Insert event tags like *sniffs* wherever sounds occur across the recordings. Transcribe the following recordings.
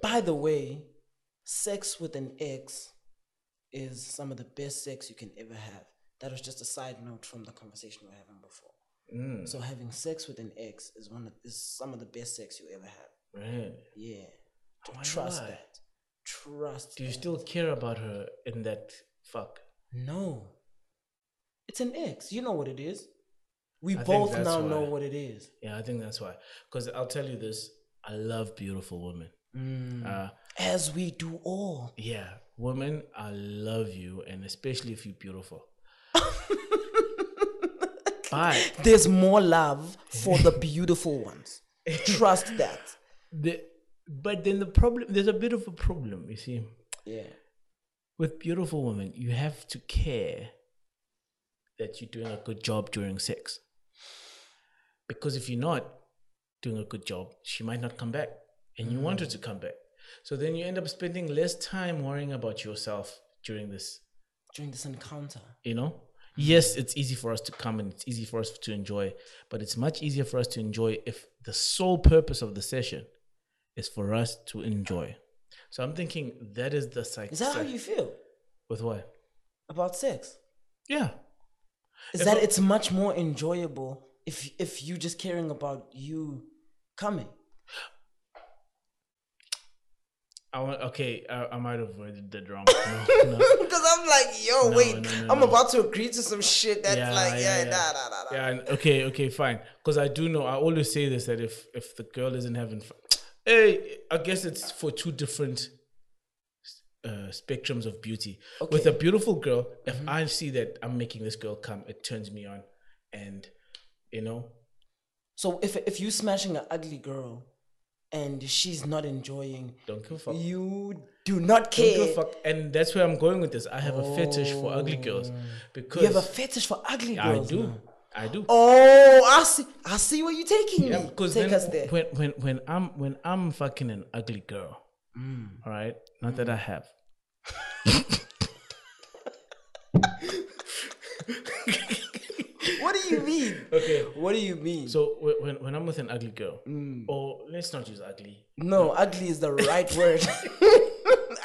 By the way, sex with an ex is some of the best sex you can ever have. That was just a side note from the conversation we were having before. Mm, So having sex with an ex is one of, is some of the best sex you ever have. right. Yeah. To Why trust not? that. Trust. Do you that. still care about her in that fuck? No. It's an ex. You know what it is. We I think both that's now why. know what it is. Yeah, I think that's why. Because I'll tell you this: I love beautiful women. Mm. Uh, As we do all. yeah, women, I love you, and especially if you're *laughs* beautiful. but There's more love for *laughs* the beautiful ones. Trust that. the but then the problem there's a bit of a problem. You see, Yeah. with beautiful women, you have to care that you're doing a good job during sex. Because if you're not doing a good job, she might not come back. And you want her to come back. So then you end up spending less time worrying about yourself during this, During this encounter. you know? Yes, it's easy for us to come and it's easy for us to enjoy, but it's much easier for us to enjoy if the sole purpose of the session is for us to enjoy. So I'm thinking that is the psych. Is that how you feel with what? about sex? Yeah. Is If that I- it's much more enjoyable if if you just caring about you *laughs* coming. I want, okay, I, I might have worded that wrong. No, *laughs* no. Because I'm like, yo, No, wait, no, no, I'm no. about to agree to some shit that's like, yeah, nah, nah, nah, nah. Yeah, and- okay, okay, fine. Because I do know, I always say this that if if the girl isn't having fun, hey, I guess it's for two different uh, spectrums of beauty. With Okay. Mm-hmm. a beautiful girl, if I see that I'm making this girl come, it turns me on, and you know, So if if you smashing an ugly girl, and she's not enjoying, don't give a fuck. you do not Don't give care. a fuck. And that's where I'm going with this. I have a fetish for ugly girls because Oh. You have a fetish for ugly I girls. do. now. I do. Oh, I see. I see where you're taking Yeah, me. because Take then us there. when when when I'm when I'm fucking an ugly girl, Mm. all right, not that I have. what do you mean? *laughs* Okay. What do you mean? So when when, when I'm with an ugly girl, Mm. or let's not use ugly. no, ugly is the right word.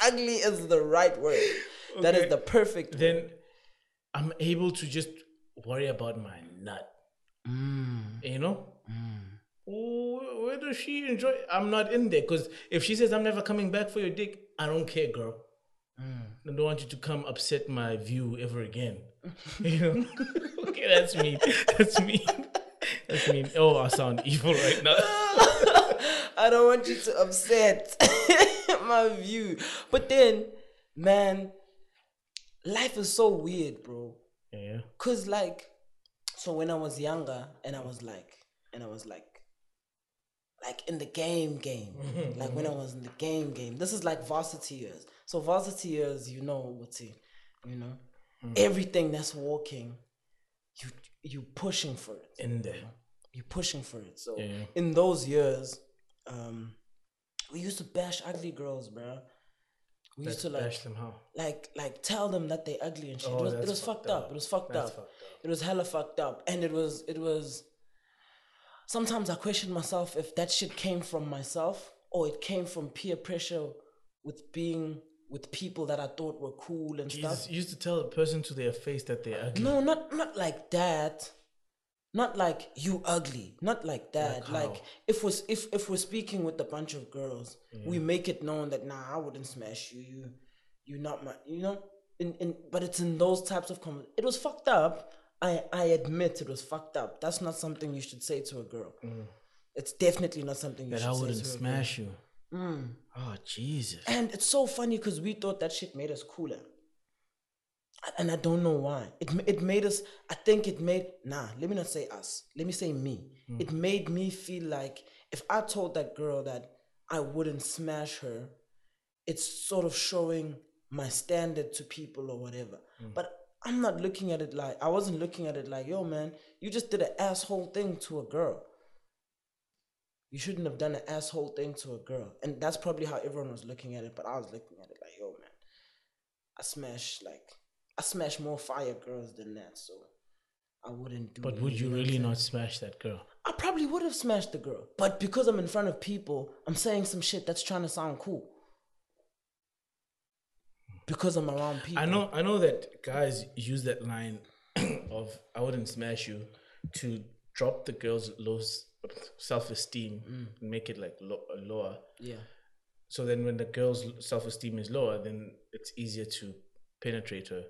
ugly is the right word. That is Okay. the perfect. word. Then I'm able to just worry about my nut. Mm. You know. Oh, where- Where does she enjoy? I'm not in there because if she says I'm never coming back for your dick, I don't care, girl. Mm. I don't want you to come upset my view ever again. *laughs* You know? *laughs* okay, that's me. That's me. That's me. Oh, I sound evil right *laughs* now. I don't want you to upset *laughs* my view. But then, man, life is so weird, bro. Yeah. Cause like, so when I was younger, and I was like, and I was like, like in the game, *laughs* game. Mm-hmm, Like when I was in the game, game. This is like varsity years. So varsity years, you know what's it, you know, Mm. everything that's walking, you you pushing for it In there. you're pushing for it. So Yeah. in those years, um, we used to bash ugly girls, bro. We used to like, Bash them how? like, like tell them that they ugly and shit. Oh, it was, it that's was fucked fucked up. up. It was fucked That's up. fucked up. It was hella fucked up, and it was, it was. Sometimes I question myself if that shit came from myself or it came from peer pressure with being with people that I thought were cool and stuff. Jesus, you used to tell a person to their face that they're *laughs* ugly. No, not not like that. Not like you ugly. Not like that. Like Like, how? if was if if we're speaking with a bunch of girls, we make it known that nah, I wouldn't smash you. You you're not my you know? In in but it's in those types of comments. It was fucked up. I I admit it was fucked up. That's not something you should say to a girl. It's definitely not something you Mm. that should I say wouldn't to a girl. smash you. Oh Jesus! And it's so funny because we thought that shit made us cooler. And I don't know why. It, ma- it made us, I think it made, nah, let me not say us. Let me say me. It made me feel like if I told that girl that I wouldn't smash her, it's sort of showing my standard to people or whatever. But I'm not looking at it like, I wasn't looking at it like, yo, man, you just did an asshole thing to a girl you shouldn't have done an asshole thing to a girl. And that's probably how everyone was looking at it, but I was looking at it like, yo, man, I smash like I smash more fire girls than that, so I wouldn't do But it, would you you know what I'm really saying? not smash that girl? I probably would have smashed the girl. But because I'm in front of people, I'm saying some shit that's trying to sound cool. Because I'm around people. I know I know that guys use that line *coughs* of I wouldn't smash you to drop the girl's low self esteem and make it like lo- lower. Yeah. So then when the girl's self esteem is lower, then it's easier to penetrate her,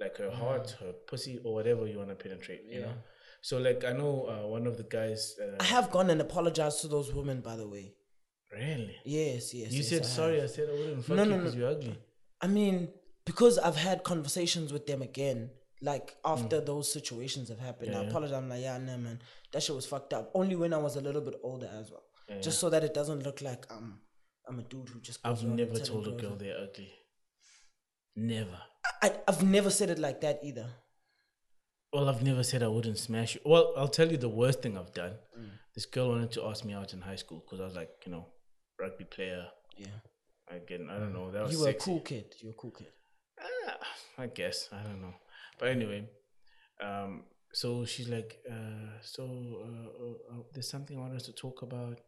like her heart, her pussy, or whatever you want to penetrate, you know? So, like, I know uh, one of the guys, uh, I have gone and apologized to those women, by the way. really? Yes, yes. You yes, said I have. sorry, I said I wouldn't fuck No, you no, because you're ugly. I mean, because I've had conversations with them again, like after those situations have happened, I yeah. apologize. I'm like, yeah, nah, man, that shit was fucked up. Only when I was a little bit older as well, just so that it doesn't look like I'm, I'm a dude who just. goes I've around never telling told a girls- girl they're ugly. Never. I, I've never said it like that either. Well, I've never said I wouldn't smash you. Well, I'll tell you the worst thing I've done. This girl wanted to ask me out in high school because I was like, you know, rugby player. Yeah, Again, I don't know. That was you were a sexy. cool kid. You're a cool kid. Ah, I guess I don't know, but anyway, um, so she's like, uh, so uh, uh, uh, there's something I want us to talk about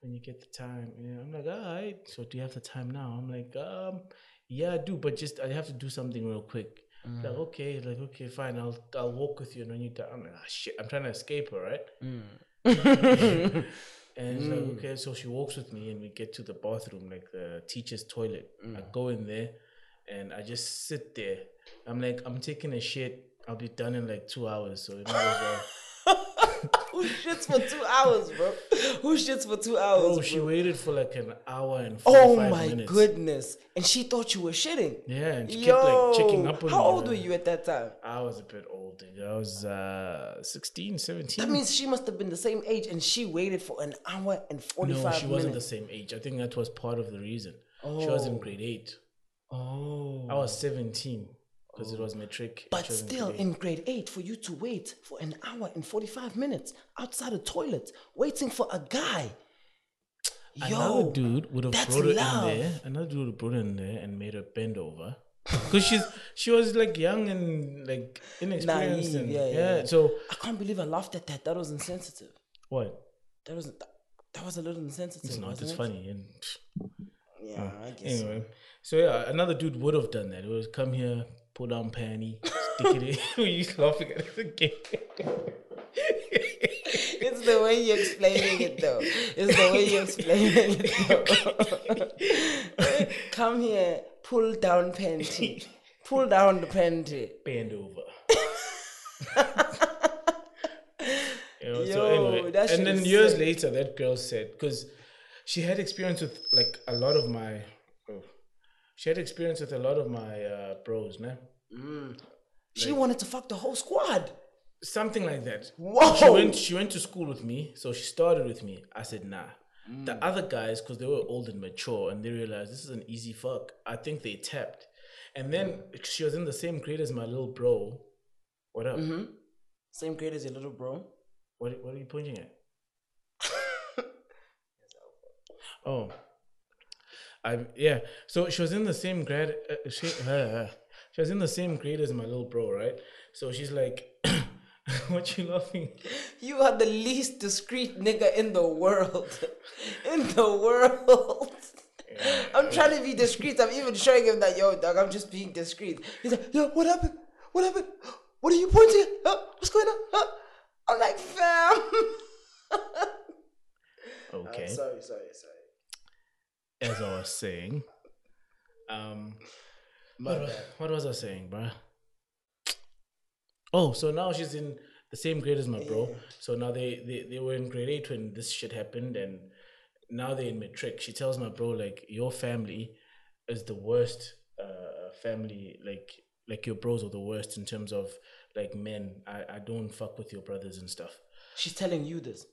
when you get the time. And I'm like, all right. So do you have the time now? I'm like, um, yeah, I do, but just I have to do something real quick. Like, Mm. okay, like okay, fine. I'll I'll walk with you, and when you die, I'm like, ah, shit. I'm trying to escape her, right? Mm. And *laughs* it's like, okay, so she walks with me and we get to the bathroom, like the teacher's toilet. I Mm. go in there and I just sit there. I'm like, I'm taking a shit. I'll be done in like two hours. So it might as *laughs* well. Who shits for two hours, bro? Who shits for two hours? Bro, bro? Oh, she waited for like an hour and 45 Oh minutes. my goodness! And she thought you were shitting. Yeah, and she kept like checking Yo, up on How me. old were you at that time? I was a bit older. I was uh, 16, 17. That means she must have been the same age, and she waited for an hour and no, forty-five she minutes. wasn't the same age. I think that was part of the reason. She was in Oh. grade 8. Oh, I was 17 because it was metric. and but she was in still grade eight. in grade eight, for you to wait for an hour and forty-five minutes outside a toilet, waiting for a guy. another Yo, dude would have that's brought her love. in there. Another dude would have brought her in there and made her bend over. Cause she's she was like young and like inexperienced Naive, and yeah, yeah, yeah, yeah. So I can't believe I laughed at that. That was insensitive. what? That was that, that was a little insensitive. It's not. wasn't It's it? funny. And Yeah, I guess. so. anyway, so yeah, another dude would have done that. It was come here, pull down panty, stick it in. *laughs* you laughing at it again. It's the way you're explaining it, though. It's the way you're explaining it. Though. *laughs* Come here, pull down panty, pull down the panty. bend over. *laughs* you know, so Yo, anyway, that shit and then is years sick. later, that girl said because she had experience with like a lot of my, oh, she had experience with a lot of my uh, bros, man. She wanted to fuck the whole squad. Something like that. Whoa! She went. She went to school with me, so she started with me. I said nah. Mm. The other guys, because they were old and mature, and they realized this is an easy fuck. I think they tapped, and then she was in the same grade as my little bro. What up? Same grade as your little bro. What, what are you pointing at? oh, I yeah. So she was in the same grade. Uh, she, *laughs* uh, she was in the same grade as my little bro, right? So she's like, *coughs* "What you laughing?" You are the least discreet nigga in the world. *laughs* In the world. I'm trying to be discreet. I'm even showing him that, yo, dog, I'm just being discreet. He's like, yo, what happened? What happened? What are you pointing at? Huh? What's going on? Huh? I'm like, fam. *laughs* Okay. sorry, sorry, sorry. as I was saying, um, uh, what, wa- what was I saying, bruh? Oh, so now she's in the same grade as my bro. So now they, they they were in grade eight when this shit happened, and now they're in matric. She tells my bro like, your family is the worst uh, family. Like like your bros are the worst in terms of like men. I I don't fuck with your brothers and stuff. She's telling you this.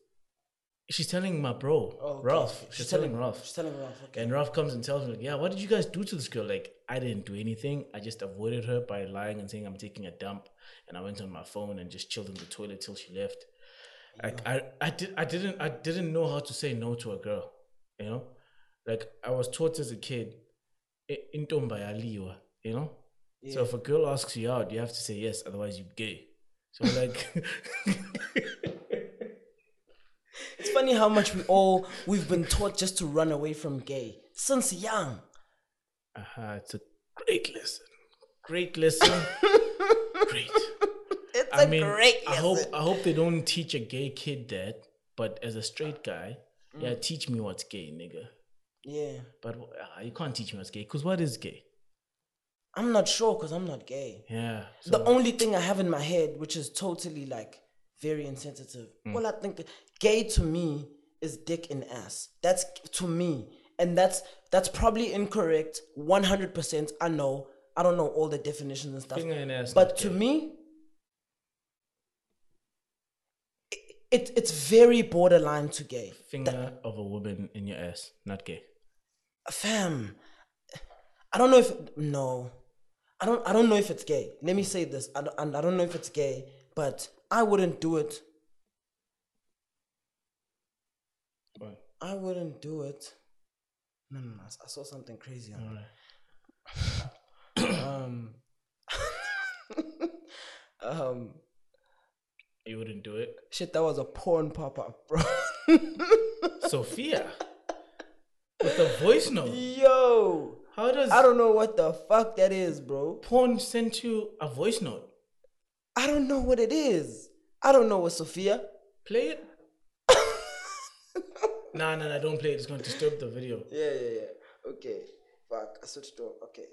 She's telling my bro, Oh, Ralph. Oh, She's, telling, Ralph. She's telling Ralph. Okay. And Ralph comes and tells me, like, yeah, what did you guys do to this girl? Like, I didn't do anything. I just avoided her by lying and saying I'm taking a dump. And I went on my phone and just chilled in the toilet till she left. Like I, I did I didn't I didn't know how to say no to a girl. You know? Like I was taught as a kid, "I- intombi aliwa, you know? So if a girl asks you out, you *laughs* have to say yes, otherwise you're gay. So like funny how much *laughs* we all we've been taught just to run away from gay since young. Uh-huh, it's a great lesson. Great lesson. great. It's I a mean, great I lesson. hope I hope they don't teach a gay kid that. But as a straight guy, yeah, Mm. teach me what's gay, nigga. yeah, But uh, you can't teach me what's gay because what is gay? I'm not sure because I'm not gay. Yeah. So, the only thing I have in my head, which is totally like very insensitive. Mm. Well, I think gay to me is dick and ass. That's to me, and that's that's probably incorrect. One hundred percent, I know. I don't know all the definitions and stuff. Finger and ass but not to gay. me, it, it it's very borderline to gay. finger of a woman in your ass, not gay. fam i don't know if no i don't i don't know if it's gay let me say this i don't, I don't know if it's gay but i wouldn't do it What? i wouldn't do it no no no i s- I saw something crazy on All right. *laughs* um um You wouldn't do *laughs* it, shit that was a porn pop-up bro *laughs* Sophia. With a voice note. yo How does i don't know what the fuck that is bro porn send you a voice note? i don't know what it is i don't know what sophia Play *laughs* it. nah, nah, nah. Don't play it. It's gonna disturb the video. Yeah, yeah, yeah. Okay. Fuck. I switched off. Okay.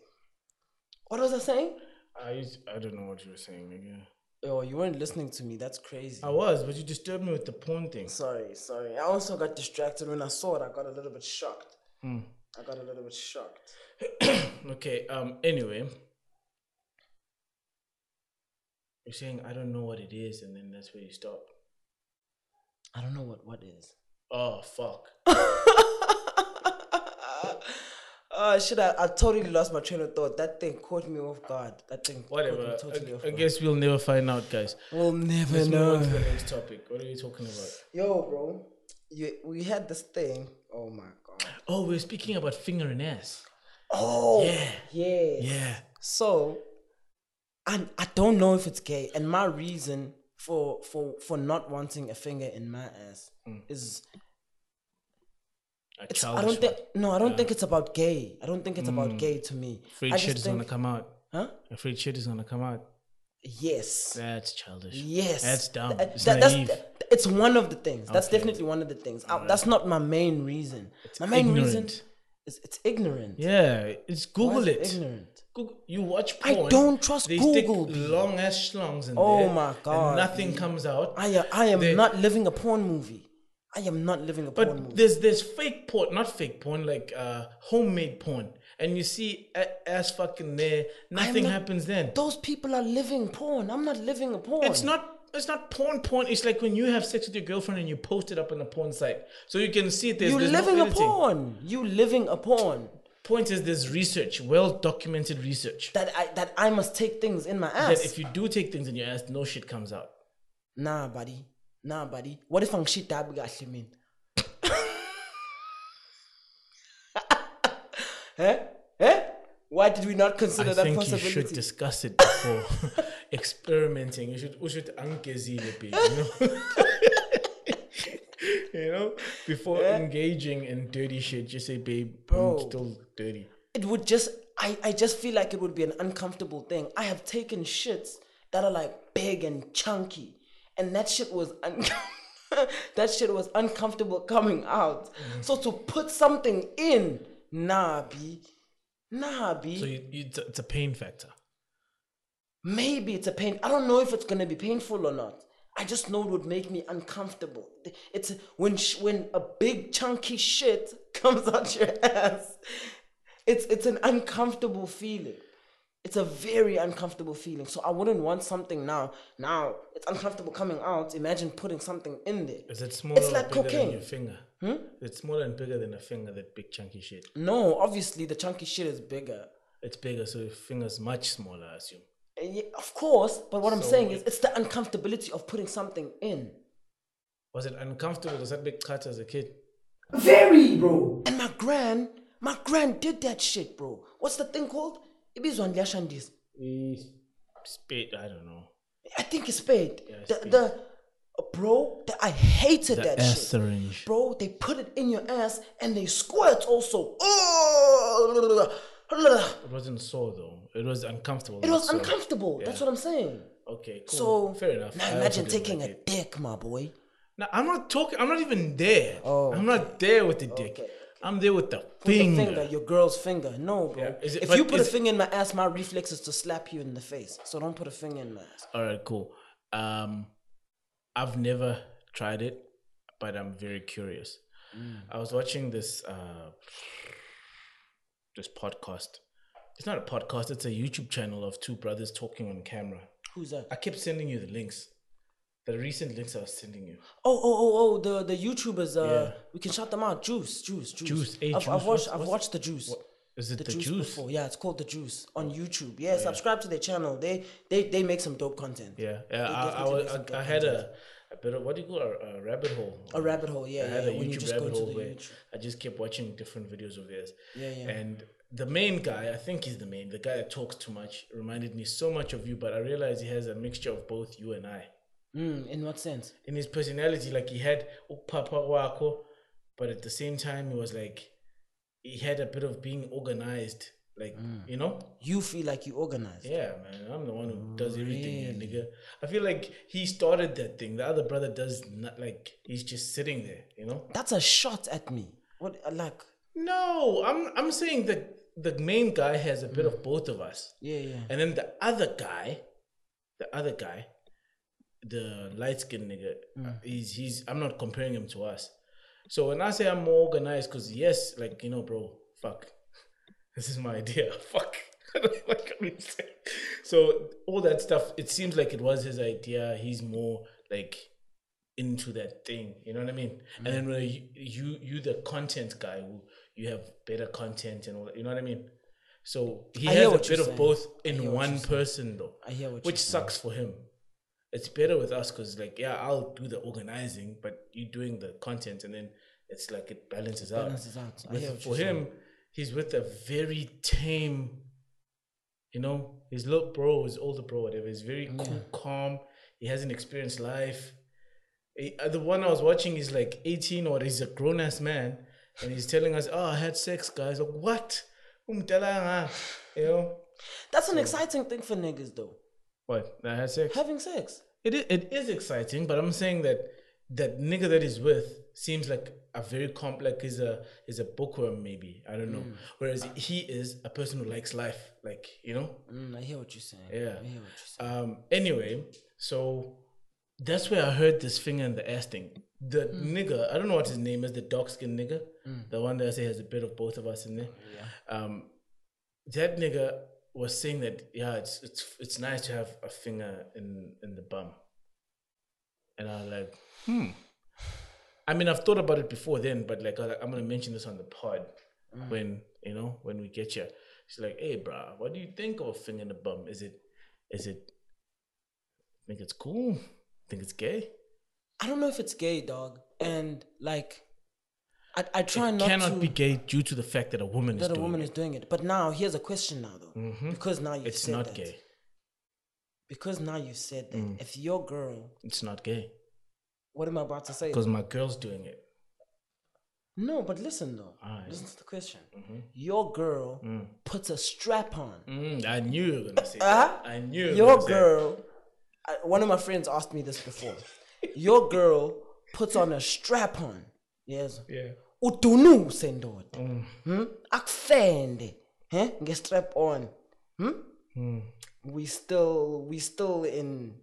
What was I saying? I I don't know what you were saying, nigga. Oh, you weren't listening to me. That's crazy. I was, but you disturbed me with the porn thing. Sorry, sorry. I also got distracted when I saw it. I got a little bit shocked. Hmm. I got a little bit shocked. Okay. Um. Anyway, you're saying I don't know what it is, and then that's where you stop. I don't know what what is. Oh fuck. *laughs* Oh shit! I, I totally lost my train of thought. That thing caught me off guard. That thing. caught me Whatever. Totally off I, I guard. guess we'll never find out, guys. We'll never Let's move on know. to the next topic. What are we talking about? Yo, bro. You, we had this thing. Oh my god. Oh, we're speaking about finger and ass. Oh. Yeah. Yeah. Yeah. So, I I don't know if it's gay, and my reason for for for not wanting a finger in my ass is A it's, Mm. childish I don't think one. no, I don't think it's about gay. I don't think it's about gay to me. Afraid I shit is think, gonna come out. huh? Afraid shit is gonna come out. Yes, That's childish. yes. That's dumb. That- it's that- that's- naive. that- it's one of the things. That's Okay. definitely one of the things. I- That's not my main reason. my main reason ignorant. is it's ignorant. yeah, it's Why Google is it. Ignorant. Google, you watch I porn. don't trust they Google, B. Stick long ass schlongs in Oh there. my and God, nothing comes out. I am, I am They- not living a porn movie. I am not living a porn movie. But there's there's fake porn, not fake porn, like uh, homemade porn, and you see a- ass fucking there. Nothing not- happens then. those people are living porn. I'm not living a porn. It's not. It's not porn. Porn. It's like when you have sex with your girlfriend and you post it up on a porn site, so you can see it. There's, You there's living no a editing. porn. You living a porn. Point is, there's research, well documented research, That I that I must take things in my that ass. if you do take things in your ass, no shit comes out. nah, buddy. Nah, buddy. What if I'm shit that big actually mean? *laughs* Huh? Huh? Why did we not consider I that think you possibility? should discuss it before *laughs* experimenting. You should, you should angezile, babe, you know. *laughs* you know, before engaging in dirty shit, just say, babe, Bro. I'm still dirty. it would just I, I just feel like it would be an uncomfortable thing. I have taken shits that are like big and chunky, and that shit was un- *laughs* that shit was uncomfortable coming out. So to put something in, nah, b, nah, b. So you, you, it's, a- it's a pain factor. maybe it's a pain. I don't know if it's gonna be painful or not. I just know it would make me uncomfortable. It's when sh- when a big chunky shit *laughs* comes out your ass. It's it's an uncomfortable feeling. It's a very uncomfortable feeling. So I wouldn't want something now. Now it's uncomfortable coming out. Imagine putting something in there. Is it smaller like or bigger cocaine. Hmm? than your finger? It's smaller and bigger than a finger, that big chunky shit. No, obviously the chunky shit is bigger. It's bigger, so your finger's much smaller, I assume. Uh, yeah, of course, but what I'm So saying is it- it's the uncomfortability of putting something in. Was it uncomfortable? Does that big cut as a kid? Very, bro. And my gran, my gran did that shit, bro. What's the thing called? Ibizwa Shandis. We spit, I don't know. I think it's paid. Yeah, it's the, paid. the Bro, th- I hated The that ass shit. syringe. Bro, they put it in your ass and they squirt also. Oh, It wasn't sore though. It was uncomfortable. it not was sore. uncomfortable. That's what I'm saying. Okay, cool. So Mm, fair enough. I Now also imagine didn't taking like a it. dick, my boy. No, I'm not talking. I'm not even there. Oh, I'm not there with the dick. okay, okay. I'm there with the With finger. Your finger, your girl's finger. No, bro. Yeah, is it- if but you put a is it- finger in my ass, my reflex is to slap you in the face. So don't put a finger in my ass. All right, cool. Um, I've never tried it, but I'm very curious. Mm. I was watching this uh, this podcast. It's not a podcast. It's a YouTube channel of two brothers talking on camera. Who's that? I kept sending you the links, the recent links I was sending you. Oh, oh, oh, oh, the the YouTubers. Uh, Yeah. we can shout them out. Juice, juice, juice. Juice, hey, I've, I've Juice, what's- watched. I've what's- watched the juice. Is it the, juice? Oh. before. Yeah, it's called the juice on YouTube. Yeah, subscribe to their channel. They they they make some dope content. Yeah, yeah. I, I, definitely was- make some I, I good had a, a bit of what do you call it? a, a rabbit hole? A rabbit hole. Yeah, I yeah. had a when you YouTube just go rabbit into hole the where YouTube. I just kept watching different videos of theirs. Yeah, yeah. And the main guy, I think he's the main, the guy that talks too much, reminded me so much of you, but I realized he has a mixture of both you and I. Mm, in what sense? In his personality, like he had upapa wako, but at the same time, he was like, he had a bit of being organized. Like, Mm. you know? You feel like you organized. Yeah, man. I'm the one who does everything, here, nigga. I feel like he started that thing. The other brother does not, like, he's just sitting there, you know? That's a shot at me. What uh, like? No, I'm I'm saying that the main guy has a bit of both of us, Yeah, yeah. and then the other guy, the other guy, the light skinned nigga, uh, he's he's. I'm not comparing him to us. So when I say I'm more organized, because yes, like you know, bro, fuck, this is my idea, *laughs* fuck. What can we say? so all that stuff, it seems like it was his idea. He's more like into that thing. You know what I mean? And Mm. then when you, you you the content guy who you have better content and all that, you know what I mean? So he I hear has a what you're bit of saying. both hear in what one you're saying. person though. I hear what Which you're sucks for him. It's better with us because like yeah, I'll do the organizing, but you doing the content and then it's like it balances, balances out. I With- hear what you're for him, he's with a very tame you know, his little bro, his older bro, whatever, is very Mm. cool, calm. He hasn't experienced life. Eh, uh, The one I was watching is like 18 or he's a grown ass man and he's telling us, Oh, I had sex, guys. Like, what? Umdala, ah." You know? *sighs* That's an exciting thing for niggas though. What? I had sex? Having sex. It is, it is exciting, but I'm saying that that nigga that he's with seems like a very complex is a is a bookworm maybe I don't know whereas he is a person who likes life like you know Mm, I hear what you're saying. Yeah. I hear what you're saying. Um, anyway, so that's where I heard this finger in the ass thing. The nigga, I don't know what his name is, the dark skinned nigga, the one that I say has a bit of both of us in there. Um, that nigga was saying that yeah, it's it's it's nice to have a finger in in the bum, and I was like, hmm. I mean, I've thought about it before then, but like, I was like, I'm gonna mention this on the pod Mm. when you know when we get you. She's like, hey, bruh, what do you think of a finger in the bum? Is it is it think it's cool? Think it's gay? I don't know if it's gay, dog. And like, I, I try it not cannot to be gay due to the fact that a woman is that a doing woman it. is doing it. But now here's a question now though, because now you've Mm-hmm. It's said not that. gay. Mm. Because now you've said that. If your girl, It's not gay what am I about to say? because my girl's doing it. No, but listen though. Alright. Mm-hmm. Listen to the question. Your girl puts a strap on. Mm, I knew you were gonna say Uh-huh. that. I knew you were Your gonna say that. girl, I, one of my friends asked me this *laughs* before. Your girl puts on a strap on. Yes. Yeah. Utunuse ndoda. Mm. Hmm? Akufende. Huh? Nge-strap on. Hmm? Mm. We still we still in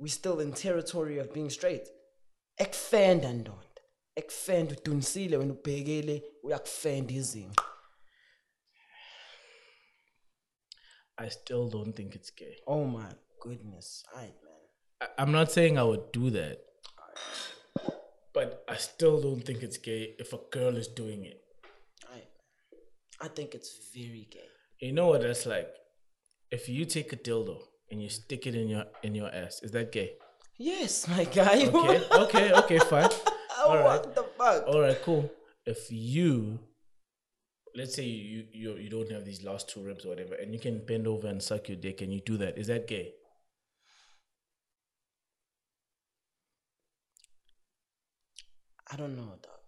we still in territory of being straight. Ekufenda ndoda. Ekufenda udunisile wena ubhekele uyakufenda izinqa. I still don't think it's gay. Oh my goodness. All right, man. I, I'm not saying I would do that, but I still don't think it's gay if a girl is doing it. All right. I think it's very gay. You know what that's like? If you take a dildo and you stick it in your in your ass, is that gay? Yes, my *laughs* guy. Okay, okay, okay, fine. All Oh, right, Oh. what the fuck? all right, cool. If you, let's say you you you don't have these last two ribs or whatever, and you can bend over and suck your dick, and you do that, is that gay? I don't know, dog.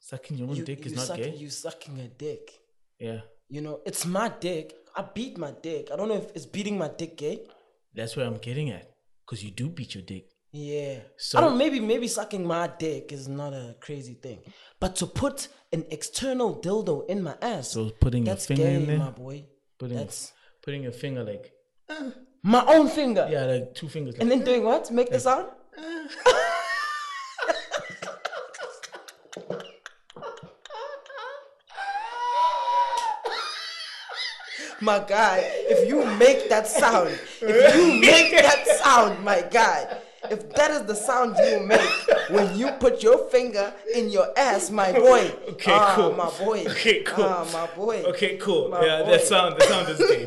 Sucking your own You, dick you is not suck- gay. You sucking a dick. yeah. You know, it's my dick. I beat my dick. I don't know if it's beating my dick gay. That's where I'm getting at. Because you do beat your dick. Yeah. So- I don't maybe maybe sucking my dick is not a crazy thing. But to put an external dildo in my ass, So putting your that's finger gay, in there. my boy. putting, That's- putting your finger like, My own finger. yeah, like two fingers. Like, And then doing what? Make the sound? My guy, if you make that sound, if you make that sound, my guy, if that is the sound you make when you put your finger in your ass, my boy. Okay, Ah, cool. My boy. Okay, cool. Ah, my boy. okay, cool. My yeah, uh, boy. that sound, the sound *laughs* is gay.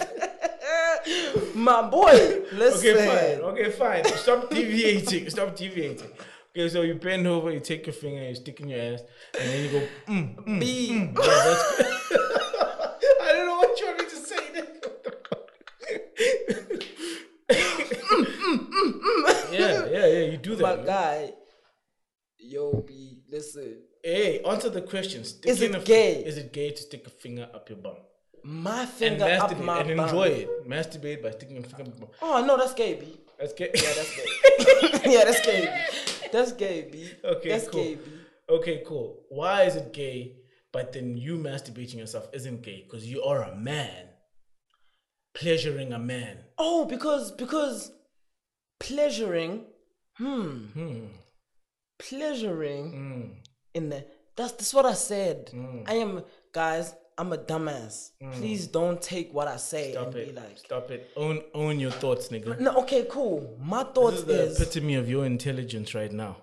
Fuck. My boy. Listen. Okay, fine. Okay, fine. Stop deviating. Stop deviating. Okay, so you bend over, you take your finger, you stick in your ass, and then you go. Mm. B. I don't know what you want me to say. Then. What the fuck? yeah, yeah, yeah. You do my that. man. guy. Yo, B. Listen. Hey, answer the question. Stick Is in it a- gay? Is it gay to stick a finger up your bum My and finger up my masturbate and bum. enjoy it? Masturbate by sticking your finger up your bum. Oh no, that's gay, B. That's gay. Yeah, that's gay. *laughs* yeah, that's gay, B. That's gay, B. *laughs* Okay, that's cool. gay, B. Okay, cool. Why is it gay, but then you masturbating yourself isn't gay? Because you are a man, pleasuring a man. Oh, because because pleasuring, hmm, Hmm. pleasuring Mm. in the. That's that's what I said. Mm. I am, guys. I'm a dumbass. Please don't take what I say Hmm. Stop and it. be like, Stop it. Own own your thoughts, nigga. no, okay, cool. My This thoughts is the is, epitome of your intelligence right now.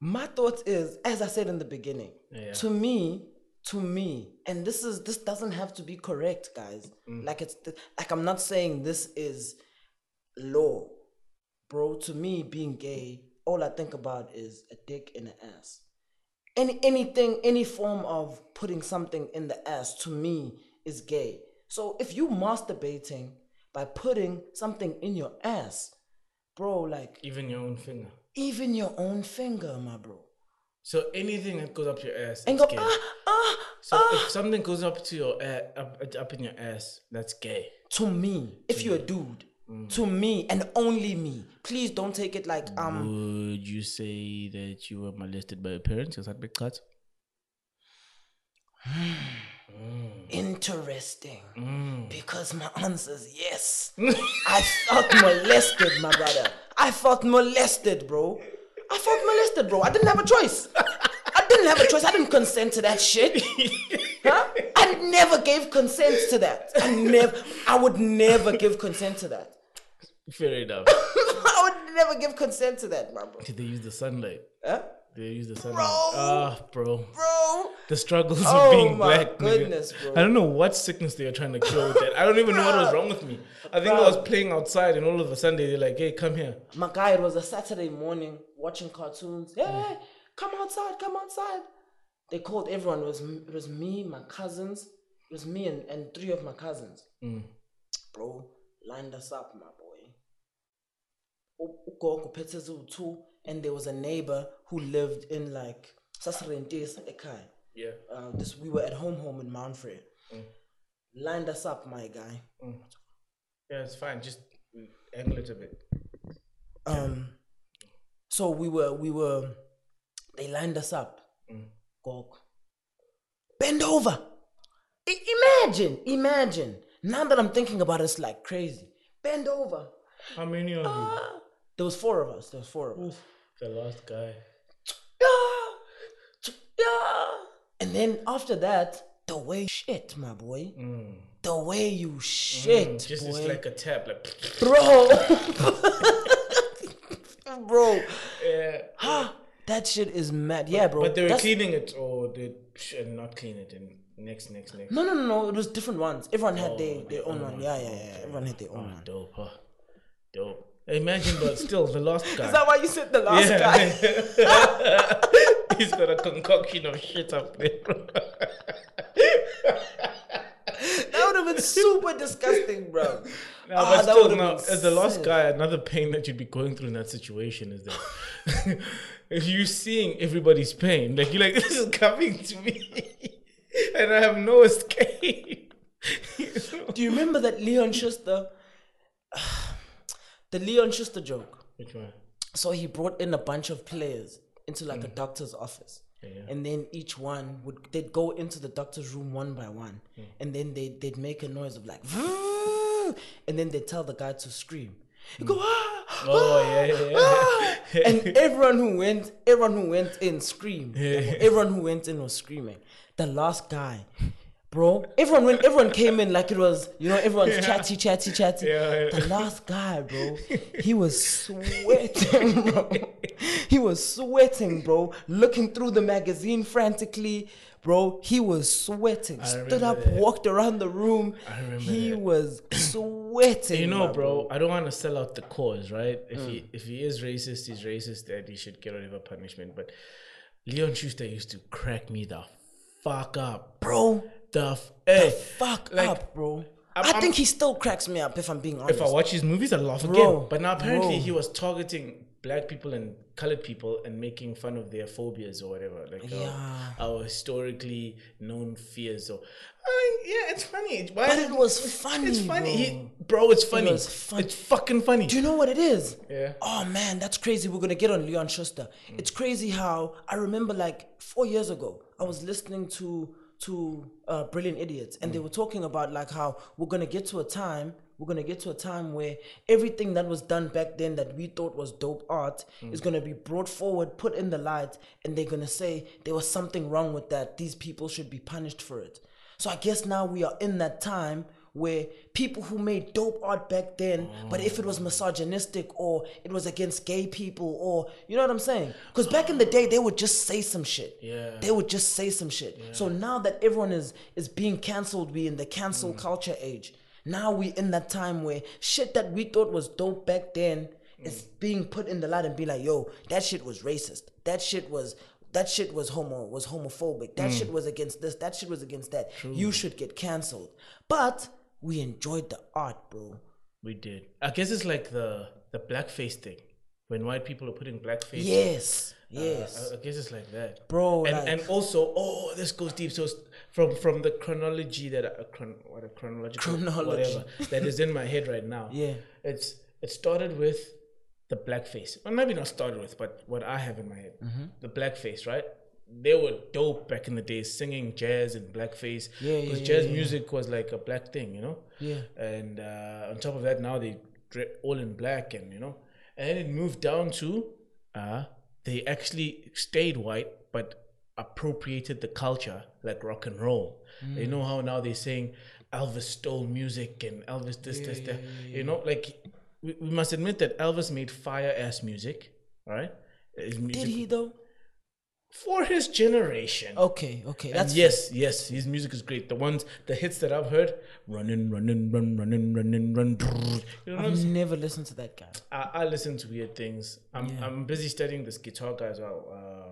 my thoughts is, as I said in the beginning, Yeah. to me, to me, and this is this doesn't have to be correct, guys. Like it's th- like I'm not saying this is law, bro. To me, being gay, all I think about is a dick in an ass. Any anything, any form of putting something in the ass to me is gay. So if you masturbating by putting something in your ass, bro, like Even your own finger. even your own finger, my bro. So anything that goes up your ass And is go, gay. ah, ah, so if something goes up to your a up, up in your ass, that's gay. to me, if you're a dude, to me and only me. Please don't take it like um. Would you say that you were molested by your parents? Is that big cut? Interesting. Because my answer is yes. I felt molested, my brother. I felt molested, bro. I felt molested, bro. I didn't have a choice. I didn't have a choice. I didn't consent to that shit. Huh? I never gave consent to that. I never I would never give consent to that. *laughs* Fair enough. I would never give consent to that, my bro. Did they use the sunlight? Huh? They use the sunlight. Bro. Ah, bro. Bro. The struggles Oh of being my black. nigga. goodness, bro. I don't know what sickness they are trying to cure with that. I don't even know what *laughs* was wrong with me. I think I was playing outside and all of a sudden they're like, hey, come here. My guy, it was a Saturday morning watching cartoons. Hey, come outside, come outside. They called everyone. It was, it was me, my cousins. It was me and, and three of my cousins. Bro, lined us up, my boy. U- ugogo uphethe eziwu-two, and there was a neighbor who lived in like sasirentisa ekhaya Yeah. uh, this we were at home home in mount Frere. lined us up my guy Yeah, it's fine. Just angle it a bit. um so we were we were they lined us up Mm. Gog. bend over I- imagine imagine now that i'm thinking about it, it's like crazy bend over How many of you? Ah. there was four of us there was four of us The last guy. Yeah. Yeah. and then after that the way shit my boy the way you shit Mm. Hmm. Just boy. it's like a tap. Like, *sniffs* *laughs* bro *laughs* bro yeah. that shit is mad yeah bro But they were That's- cleaning it or they should not clean it. And next, next, next. no no no no it was different ones everyone had their, Oh, their own one one. yeah yeah yeah everyone had their own one Dope, huh? Dope. Imagine, *laughs* but still, the last guy. is that why you said the last Yeah. guy *laughs* *laughs* He's got a concoction of shit up there. that would have been super disgusting bro *laughs* No, Ah, but that still, would've no, been as the last sick. guy, another pain that you'd be going through in that situation is that *laughs* if you're seeing everybody's pain, like *laughs* you're like, this is coming to me, *laughs* and I have no escape. *laughs* Do you remember that Leon Schuster, *sighs* the Leon Schuster joke? Which one? So he brought in a bunch of players into like a doctor's office. Mm. Yeah. And then each one would they'd go into the doctor's room one by one. Mm. And then they they'd make a noise of like and then they tell the guy to scream. You go ah, Mm. Oh, ah, yeah, yeah, yeah. ah," and everyone who went everyone who went in screamed. Everyone who went in was screaming. The last guy. Bro, everyone when everyone came in like it was, you know, *laughs* everyone's chatty, chatty, chatty. Yeah, yeah. The last guy, bro, he was sweating, *laughs* bro. He was sweating, bro. Looking through the magazine frantically, bro. He was sweating. Stood remember up, that. walked around the room. I remember He that. was sweating. You know, my bro, I don't want to sell out the cause, right? If Mm. he if he is racist, he's racist, and he should get whatever punishment. But Leon Schuster used to crack me the fuck up, Bro, The f- eh. fuck like, up, bro. i I'm- think he still cracks me up if I'm being honest. If I watch his movies, I laugh Bro, again. But now apparently bro. he was targeting black people and colored people and making fun of their phobias or whatever, like our- Yeah. our, historically known fears. Or I mean, yeah, it's funny. Why but did- it was funny. It's funny, bro. He- bro. It's funny. was fun- It's fucking funny. Do you know what it is? Yeah. Oh man, that's crazy. We're gonna get on Leon Schuster. It's crazy how I remember like four years ago, I was listening to to uh, Brilliant Idiots, and they were talking about like how we're gonna get to a time. We're gonna get to a time where everything that was done back then that we thought was dope art is gonna be brought forward, put in the light, and they're gonna say there was something wrong with that. These people should be punished for it. So I guess now we are in that time where people who made dope art back then, but if it was misogynistic or it was against gay people or you know what I'm saying? Because back in the day they would just say some shit. Yeah. They would just say some shit. So now that everyone is is being cancelled, we in the cancel culture age. Now we in that time where shit that we thought was dope back then is being put in the light and be like, yo, that shit was racist. That shit was that shit was homo was homophobic. That shit was against this. That shit was against that. You should get cancelled. But we enjoyed the art, bro. We did. I guess it's like the the blackface thing when white people are putting blackface. Yes. Uh, Yes. I, I guess it's like that, Bro, And like- and also, oh, this goes deep. So s- from from the chronology that I, chron, what a chronological Chronology. whatever that is in my head right now. Yeah. it's it started with the blackface. Well, maybe not started with, but what I have in my head, Mm-hmm. the blackface, right? They were dope back in the day, singing jazz and blackface. Yeah, yeah, because yeah, jazz yeah. music was like a black thing, you know. Yeah. And uh, on top of that, now they dre- all in black, and you know, and then it moved down to uh, they actually stayed white, but appropriated the culture like rock and roll. Hmm. You know how now they're saying Elvis stole music and Elvis this, this, that. You know, like we, we must admit that Elvis made fire ass music, right? His Did music- he though? for his generation? Okay, okay. And That's yes, yes, his music is great. The ones, the hits that I've heard, running, running, run, running, running, run. drrrr. You know what I'm I've saying? never listened to that guy. I, I listen to weird things. I'm, I'm busy studying this guitar guy as well. Uh,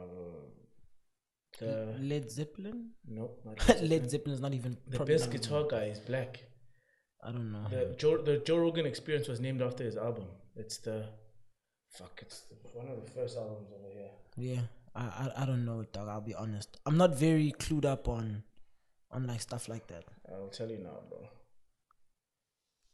the, Led Zeppelin? no, not *laughs* Led Zeppelin is not even the probably best not- guitar guy is black. I don't know. The Joe, the Joe Rogan Experience was named after his album. It's the fuck. It's the, one of the first albums over here. Yeah, I, I I don't know, dog. I'll be honest. I'm not very clued up on on like stuff like that. I'll tell you now, bro.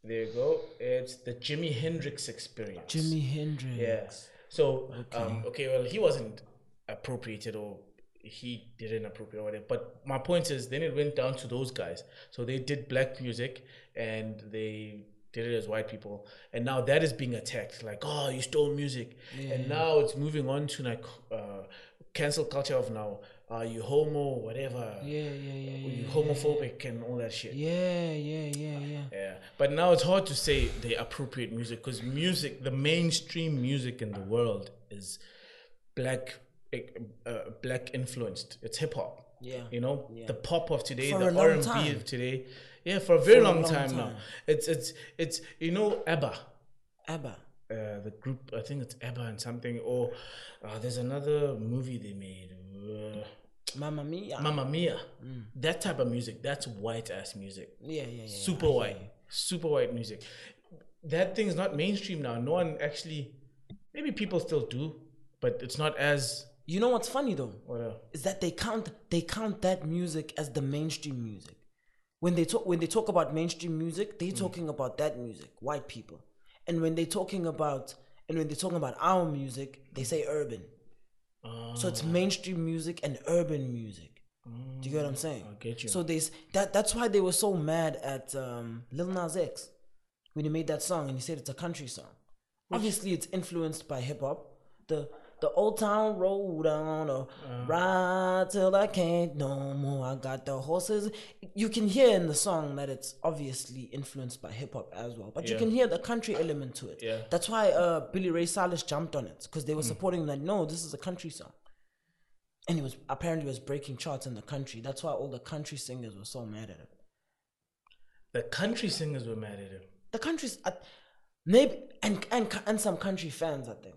There you go. It's the Jimi Hendrix Experience. Jimi Hendrix. Yes. So um, okay, well, he wasn't appropriated or he didn't appropriate or whatever. But my point is, then it went down to those guys. So they did black music and they did it as white people, and now that is being attacked. Like, oh, you stole music, and now it's moving on to like uh, cancel culture of now. Are you homo? Whatever. Yeah, yeah, yeah, Are yeah. you homophobic and all that shit. Yeah, yeah, yeah, yeah. Yeah, but now it's hard to say they appropriate music because music, the mainstream music in the world is black, uh, black influenced. It's hip hop. Yeah. you know the pop of today, For a the long R and B time. of today. Yeah, for a very a long, long time, now. time. It's it's it's you know ABBA, ABBA. uh, the group. I think it's ABBA and something. Or uh, there's another movie they made. Uh, Mamma Mia. Mamma Mia, Mm. that type of music. That's white ass music yeah, yeah, yeah. super white, super white music. that thing's not mainstream now. No one actually. Maybe people still do, but it's not as You know what's funny though? whatever. is that they count they count that music as the mainstream music. When they talk when they talk about mainstream music, Mm. they're talking about that music, white people. And when they're talking about and when they're talking about our music, they say urban. uh, So it's Mm. mainstream music and urban music. Do you get what I'm saying? Mm, I get you. So there's that that's why they were so mad at um, Lil Nas X when he made that song and he said it's a country song. Obviously, it's influenced by hip hop. The the old town road I Uh. wanna ride till I can't no more. I got the horses. You can hear in the song that it's obviously influenced by hip hop as well, but you Yeah. can hear the country element to it. Yeah. Hmm. That's why uh, Billy Ray Cyrus jumped on it because they were supporting that. No, this is a country song. And it was apparently was breaking charts in the country. That's why all the country singers were so mad at him. The country singers were mad at him. The country's uh, maybe and and and some country fans, I think.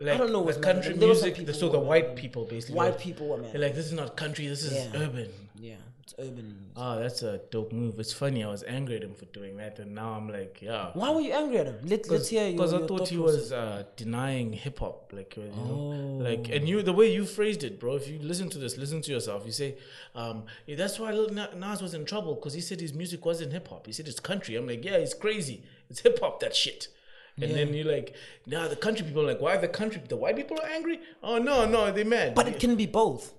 Like, don't know The what's mad at country him. There were some music. The, people so who the were white mad. people basically. White were- people were mad. They're like, this is not country. This is Yeah. urban. yeah, it's urban. music. Oh, that's a dope move. It's funny. I was angry at him for doing that, and now I'm like, yeah. Why were you angry at him? Let, let's hear your, Because I your thought thought he process. was uh, denying hip hop, like you know, Oh. like and you the way you phrased it, bro. If you listen to this, listen to yourself. You say, um, yeah, that's why Lil Na- Nas was in trouble because he said his music wasn't hip hop. He said it's country. I'm like, yeah, it's crazy. It's hip hop that shit. And then you're like, nah, the country people are like, why the country? The white people are angry? Oh no, no, they mad. But it can be both.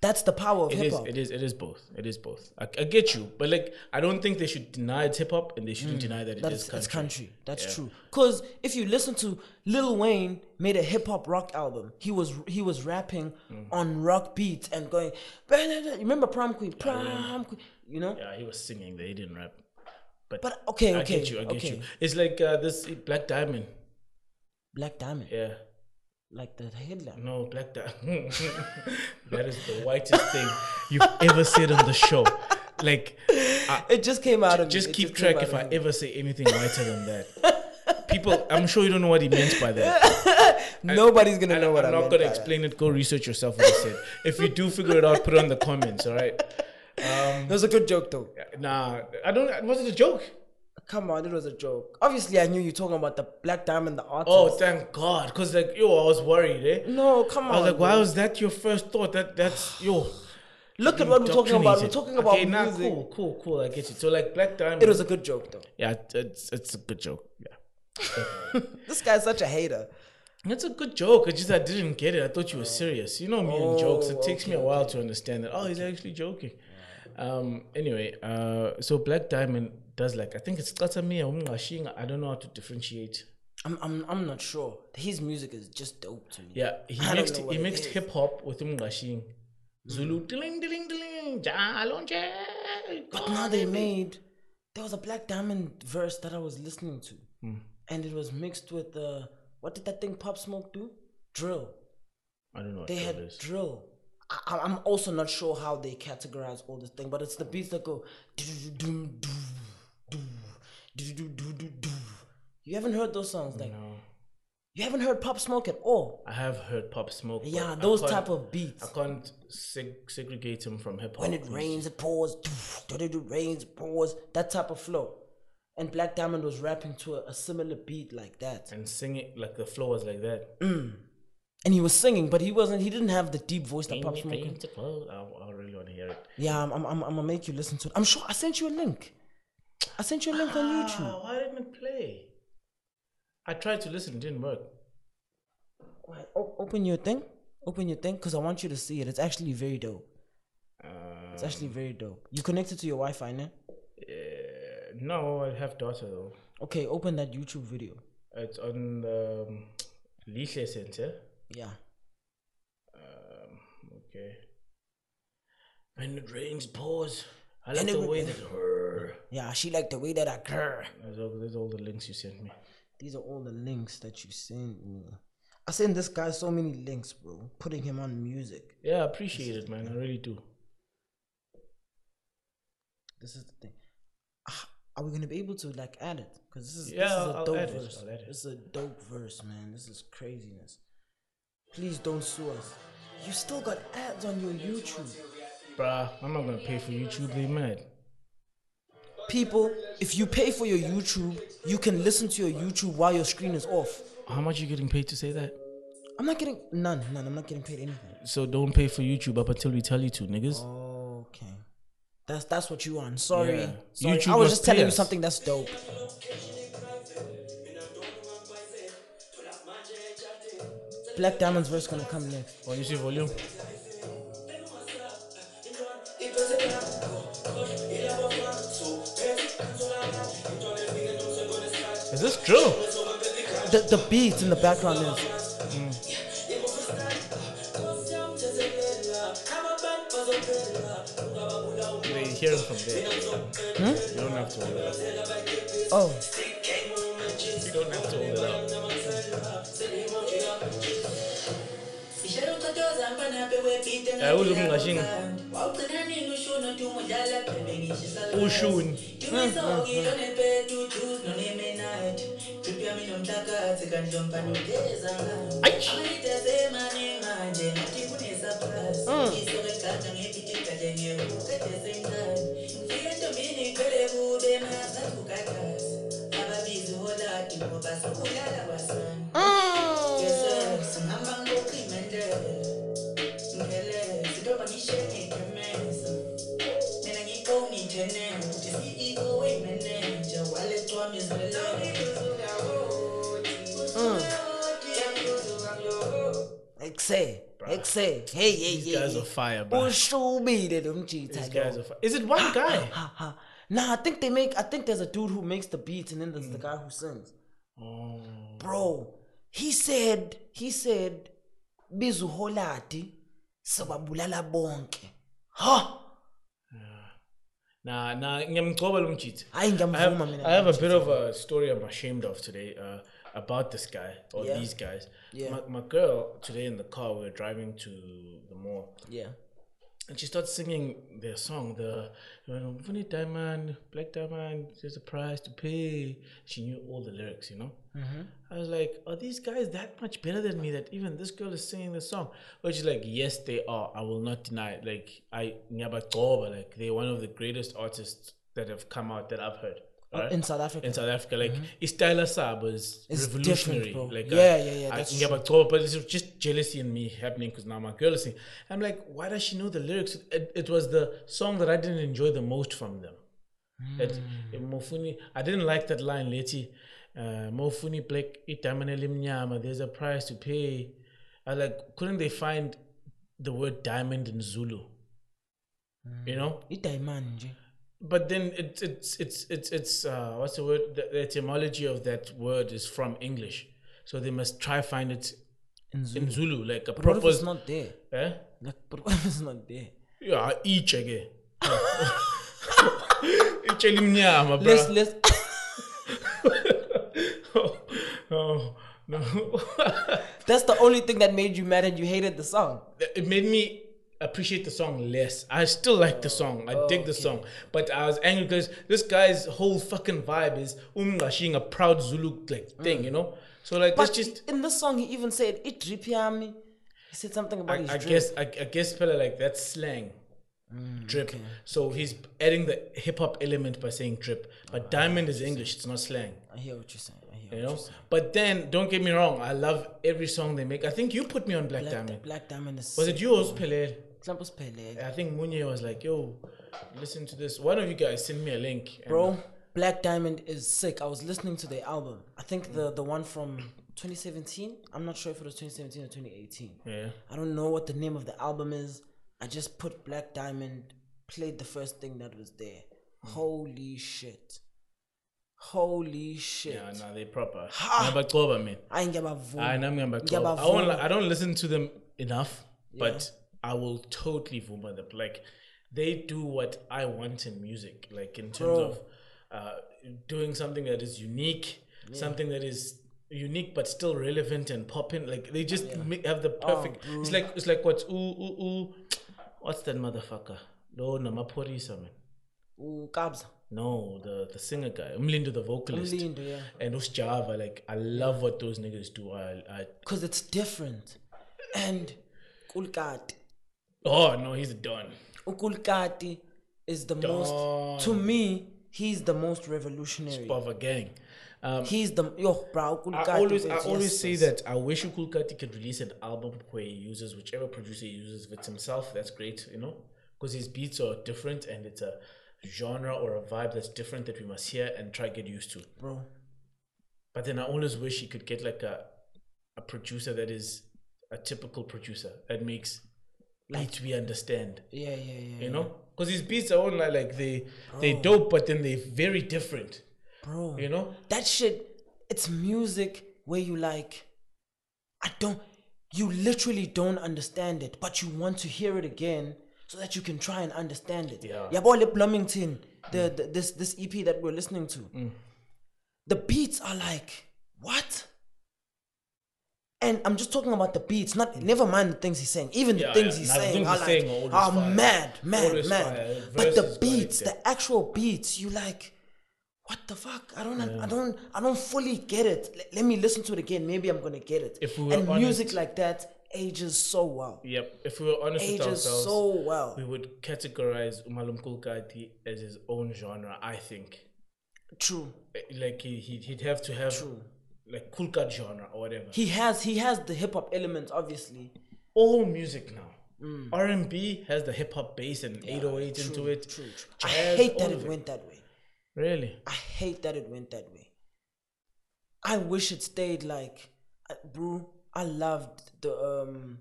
That's the power of It hip is, hop. it is, it is both. It is both. I, I get you, but like, I don't think they should deny it's hip hop, and they shouldn't deny that it Mm. That's is country. country. It's country. That's true. Cause if you listen to Lil Wayne made a hip hop rock album. He was he was rapping Mm. on rock beats and going. Remember prom queen, prom queen. You know. Yeah, he was singing. They didn't rap. But okay, I okay, get you. I get okay. you. It's like uh, this Black Diamond. Black Diamond, Yeah. like the headline. No, Black Diamond. *laughs* that is the whitest thing you've ever said on the show. Like, It just came out of me. just It keep came track out if of I me. ever say anything whiter than that. People, I'm sure you don't know what he meant *laughs* by that. Nobody's gonna And know what I'm I not meant gonna by that. explain it. Go research yourself what he said. If you do figure it out, put it on the comments. All right. It was a good joke though. Nah, I don't. Was it a joke? Come on, it was a joke. Obviously, I knew you talking about the Black Diamond, the artist. Oh, thank God. Because, like, yo, I was worried, eh? no, come on. I was like, why Oh, bro. was that your first thought? *sighs* That That's, yo. Look at what we're talking about. We're indoctrinated. talking about okay, nah, music. cool, cool, cool. I get you. So, like, Black Diamond. It was a good joke though. yeah, it- it's, it's a good joke. Yeah. This guy's such a hater. It's a good joke. I just, I didn't get it. I thought you were serious. You know me and jokes. It Oh, takes me a while to understand that. Oh, he's actually joking. Um. Anyway, uh, so Black Diamond does like I think it's Katamia Umngashinga. I don't know how to differentiate. I'm, I'm, I'm not sure. His music is just dope to me. Yeah, he I don't mixed know what he it mixed is. Mm. hip hop with Umgashing. Zulu diling diling diling jalonje. But now they made. There was a Black Diamond verse that I was listening to, Hmm. and it was mixed with uh, what did that thing Pop Smoke do? Drill. I don't know what They had that is. drill. I- I, I'm also not sure how they categorize all this thing, but it's the beats that go. "Do-do-do-do, do, do-do-do-do-do." You haven't heard those songs, like No. you haven't heard Pop Smoke at all. I have heard Pop Smoke. but Yeah, I those can't- type of beats. I can't seg- segregate him from hip hop. When it rains, it pours. It rains, it pours. That type of flow. And Black Diamond was rapping to a, a similar beat like that. and sing it like the flow was like that. Mm, And he was singing, but he wasn't. He didn't have the deep voice that Pop Smoke. had. I, I really want to hear it. Yeah, I'm, I'm, I'm, I'm gonna make you listen to it. I'm sure I sent you a link. I sent you a link on YouTube. Ah, why didn't it play? I tried to listen, it didn't work. Go ahead, o- open your thing. Open your thing, cause I want you to see it. It's actually very dope. Uh, It's actually very dope. You connected to your Wi-Fi now. no, I have data though. Okay, open that YouTube video. It's on the um, Lihle Center. Yeah. Um, okay. When it rains, pause. I like And the it- way that. Grr. Yeah, she liked the way that I grr. There's all, there's all the links you sent me. These are all the links that you sent me. I sent this guy so many links, bro. Putting him on music. Yeah, I appreciate it, man. I really do. This is the thing. Ah, Are we gonna be able to like add it? Because this is this Yeah, is a I'll- I'll dope add it, verse. I'll add it. This is a dope verse, man. This is craziness. Please don't sue us. You still got ads on your YouTube. Bruh, I'm not gonna pay for YouTube. They mad. people, if you pay for your YouTube, you can listen to your YouTube while your screen is off. How much are you getting paid to say that? I'm not getting none, none. I'm not getting paid anything. So don't pay for YouTube up until we tell you to, niggas. Okay, that's that's what you want. Sorry, Yeah. sorry. YouTube I was must just telling pay you us. something that's dope. Black Diamond's verse gonna come next. Or Oh, you see volume? Is this true? The the beats in the background is They hear it from there. You don't have to hold it up. oh You don't have to hold it up. awuze ungashingi. wawugcina nini ushuni othi umudlala phembe ngishisa Ushuni. Aish. Mm. Mina ngifoni internet, CEO manager, wallet wami izolala. exe exe hey hey These hey. guys are fire, bro. Ushubile lo mjita These lo. guys are fire. Is it one *gasps* guy? Ha, ha. Nah, I think they make. I think there's a dude who makes the beats, and then there's the Mm. guy who sings. Oh. Bro, he said. He said, "Bizuholati, sababulala bonke." Huh? Nah, nah, ngiyamgcoba lo mjita. I ain't I have, gonna I have a bit of a story I'm ashamed of today uh, about this guy or Yeah. these guys. Yeah. My, my girl today in the car, we were driving to the mall, Yeah. and she starts singing their song, the you know, Funny Diamond, Black Diamond, there's a price to pay. She knew all the lyrics, you know. I was like, are these guys that much better than me that even this girl is singing this song? But she's like, yes, they are. I will not deny it. Like, I, Nyabakoba, like, they're one of the greatest artists that have come out that I've heard. right? In South Africa. Mm-hmm. in South Africa. Like Istyla Saab was It's revolutionary. different, bro. Like Yeah, yeah, yeah, I, that's yeah, but oh, but it's just jealousy in me happening because now my girl is singing. I'm like, why does she know the lyrics? It, it was the song that I didn't enjoy the most from them. That eh, Hmm. Mofuni, I didn't like that line, Leti. Uh, Mofuni Black itamane limnyama. There's a price to pay. I like. Couldn't they find the word diamond in Zulu? Hmm. You know, Idayimani nje. but then it's it's it's it's it's uh, what's the word? The, the etymology of that word is from English, so they must try find it In Zulu. in Zulu, like a But what if proper. it's not there? Eh? Like, *laughs* but what if it's not there? Yeah, each *laughs* again. Ichelimnyama, Let's bro. let's. *laughs* oh, *laughs* oh, no, *laughs* That's the only thing that made you mad and you hated the song. it made me appreciate the song less. I still like the song. Oh, I dig the song, but I was angry because this guy's whole fucking vibe is umngashinga, a proud Zulu like thing, you know. So like, Mm. But that's just. in this song, he even said it dripiami. He said something about I, his I drip. Mm, guess I, I guess fella like that's slang. drip. So he's adding the hip hop element by saying drip. Ah, But diamond is English, it's not slang. I hear what you're saying. I hear You what know? you're saying. But then don't get me wrong, I love every song they make. I think you put me on Black, Black Diamond. Diamond. Black Diamond is. Was it yours, Pelel? Examples Pele. I think Munye was like, yo, listen to this. One of you guys sent me a link. and- Bro, Black Diamond is sick. I was listening to their album. I think the the one from 2017. I'm not sure if it was 2017 or 2018. Yeah. I don't know what the name of the album is. I just put Black Diamond, played the first thing that was there. Mm. Holy shit. Holy shit. Yeah, no, they proper. Ha! Ngiyabagcoba, man. I ain't give I know I'm gonna back up. I won't. Ngiyabavuma. li- I don't listen to them enough, but I will totally vuma them. Like they do what I want in music, like in terms Bro. of uh, doing something that is unique, something that is unique but still relevant and popping. Like they just make, have the Oh, perfect. it's like it's like what's ooh ooh ooh. What's that motherfucker? No, Namaporisa man. Ooh, Kabza. No, the the singer guy. Umlindo the vocalist. Lindo, yeah. And Us Java, like I love what those niggas do. I, I Because it's different. And Kulkati. Oh no, he's a don. Ukulkati is the Dog. most to me he's the most revolutionary. Spava gang. Um, He's the yo, bro. I always, I always say that I wish Ukulkati could release an album where he uses whichever producer he uses with himself. That's great, you know, because his beats are different and it's a genre or a vibe that's different that we must hear and try get used to. bro. But then I always wish he could get like a a producer that is a typical producer that makes beats we understand, Yeah, yeah, yeah, you know, because his beats are all like, like they they dope, but then they're very different, bro. you know. that shit. It's music where you like. I don't. You literally don't understand it, but you want to hear it again so that you can try and understand it. Yeah. Yabo Le Bloomington, the, the this this EP that we're listening to. Mm. The beats are like what? And I'm just talking about the beats, not never mind the things he's saying. Even the Mm. Yeah, things yeah. he's Now, the saying things are he's like saying are all just are fire. mad, All mad, just mad. fire. But the Verses, quality, beats, the actual beats, you like, what the fuck? I don't, I don't, I don't fully get it. L- let me listen to it again. Maybe I'm gonna get it. If we were and music honest- like that ages so well. Yep. If we were honest with Ages ourselves, so well. we would categorize Umalum Kulkati as his own genre. I think, True, Eh, like he he'd, he'd have to have true. like Kulkat genre or whatever. He has, he has the hip hop element, obviously. All music now. R and B has the hip hop bass and 808 into it. Mm. True, true. I Jazz, hate all that of it went that way. Really? I hate that it went that way. I wish it stayed like, uh, bro. I loved the. um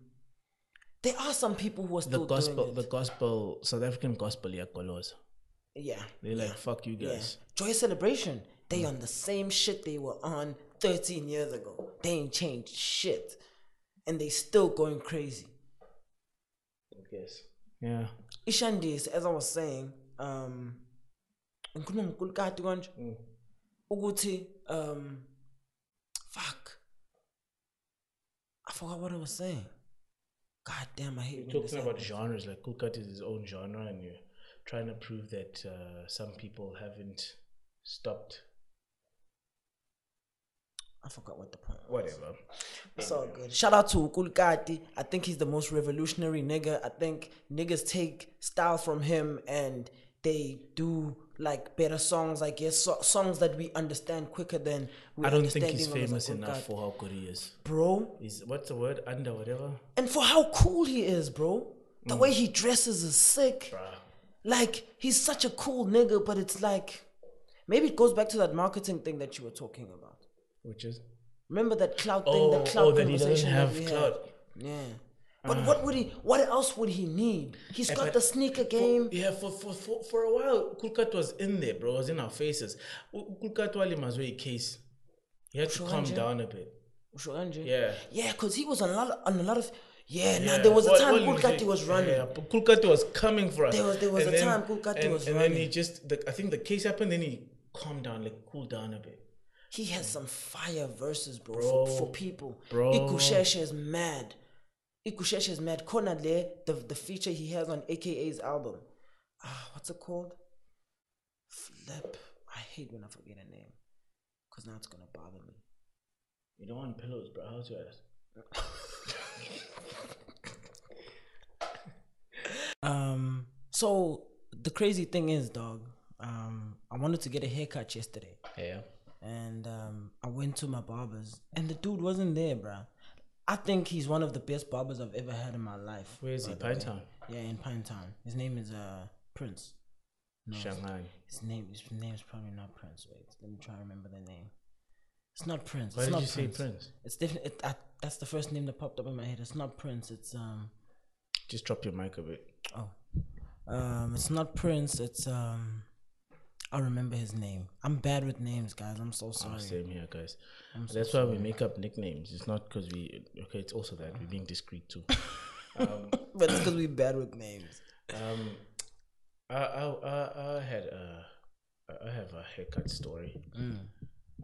There are some people who are The still gospel, doing the it. gospel, South African gospel, yeah, Kolos. yeah, They like fuck you yeah. guys. Joy celebration. They on the same shit they were on 13 years ago. They ain't changed shit, and they still going crazy. Yes. Yeah. Ishandis, as I was saying, um, ngikhuluma ngokulukati konje, Mm. ukuthi um, fuck, I forgot what I was saying. God damn, I hate when You're this talking about happens. genres, like Kulkat is his own genre, and you're trying to prove that uh, some people haven't stopped. I forgot what the point. was. Whatever. It's all good. Shout out to Ukulkati. I think he's the most revolutionary nigga. I think niggas take style from him and they do like better songs. I guess so- songs that we understand quicker than we I don't think he's understanding of as famous enough Ukulkati. for how good he is. bro. He's what's the word under whatever. And for how cool he is, bro. The Mm. way he dresses is sick. Like he's such a cool nigga, but it's like maybe it goes back to that marketing thing that you were talking about. Which is Remember that cloud thing, oh that cloud oh that he doesn't conversation have that we had? clout. Yeah. But Mm. what would he? What else would he need? He's got the sneaker game. Yeah, for, for, for, for a while, Kulkat was in there, bro. It was in our faces. U- Kulkat wali mazwe case. He had to calm Shuhanje? down a bit. Ushuganji. Yeah. Yeah, because he was on a lot. Of, on a lot of. Yeah. Now there was a Wal- time wali mazwe- Kulkati was running. Yeah, but Kulkati was coming for us. There was- there was And a time Kulkati and- was and then he running. just, the, I think the case happened, then he calmed down, like cooled down a bit. He has some fire verses, bro, for, Bro. for people. Bro. Ikusheshe is mad. Ikusheshe is mad. Konale, the the feature he has on AKA's album. Ah, what's it called? Flip. I hate when I forget a name, cause now it's gonna bother me. You don't want pillows, bro. How's your ass? Um. So the crazy thing is, dog. Um, I wanted to get a haircut yesterday, Yeah. and um, I went to my barber's, and the dude wasn't there, bruh. I think he's one of the best barbers I've ever had in my life. Where is by he? the Pine way. Town? Yeah, in Pine Town. His name is uh Prince. No, it's- Shanghai. His name his name's probably not Prince. Wait, let me try to remember the name. It's not Prince. Why it's did not you say Prince. Prince? It's definitely it, I, that's the first name that popped up in my head. It's not Prince. It's um Just drop your mic a bit. Oh. Um, it's not Prince, it's um I remember his name. I'm bad with names, guys. I'm so Oh, sorry. same here, guys. That's why we make up nicknames. It's not because we. Okay, it's also that we're being *laughs* discreet too. But it's because we bad with names. Um, I, I, I, I had a, I have a haircut story.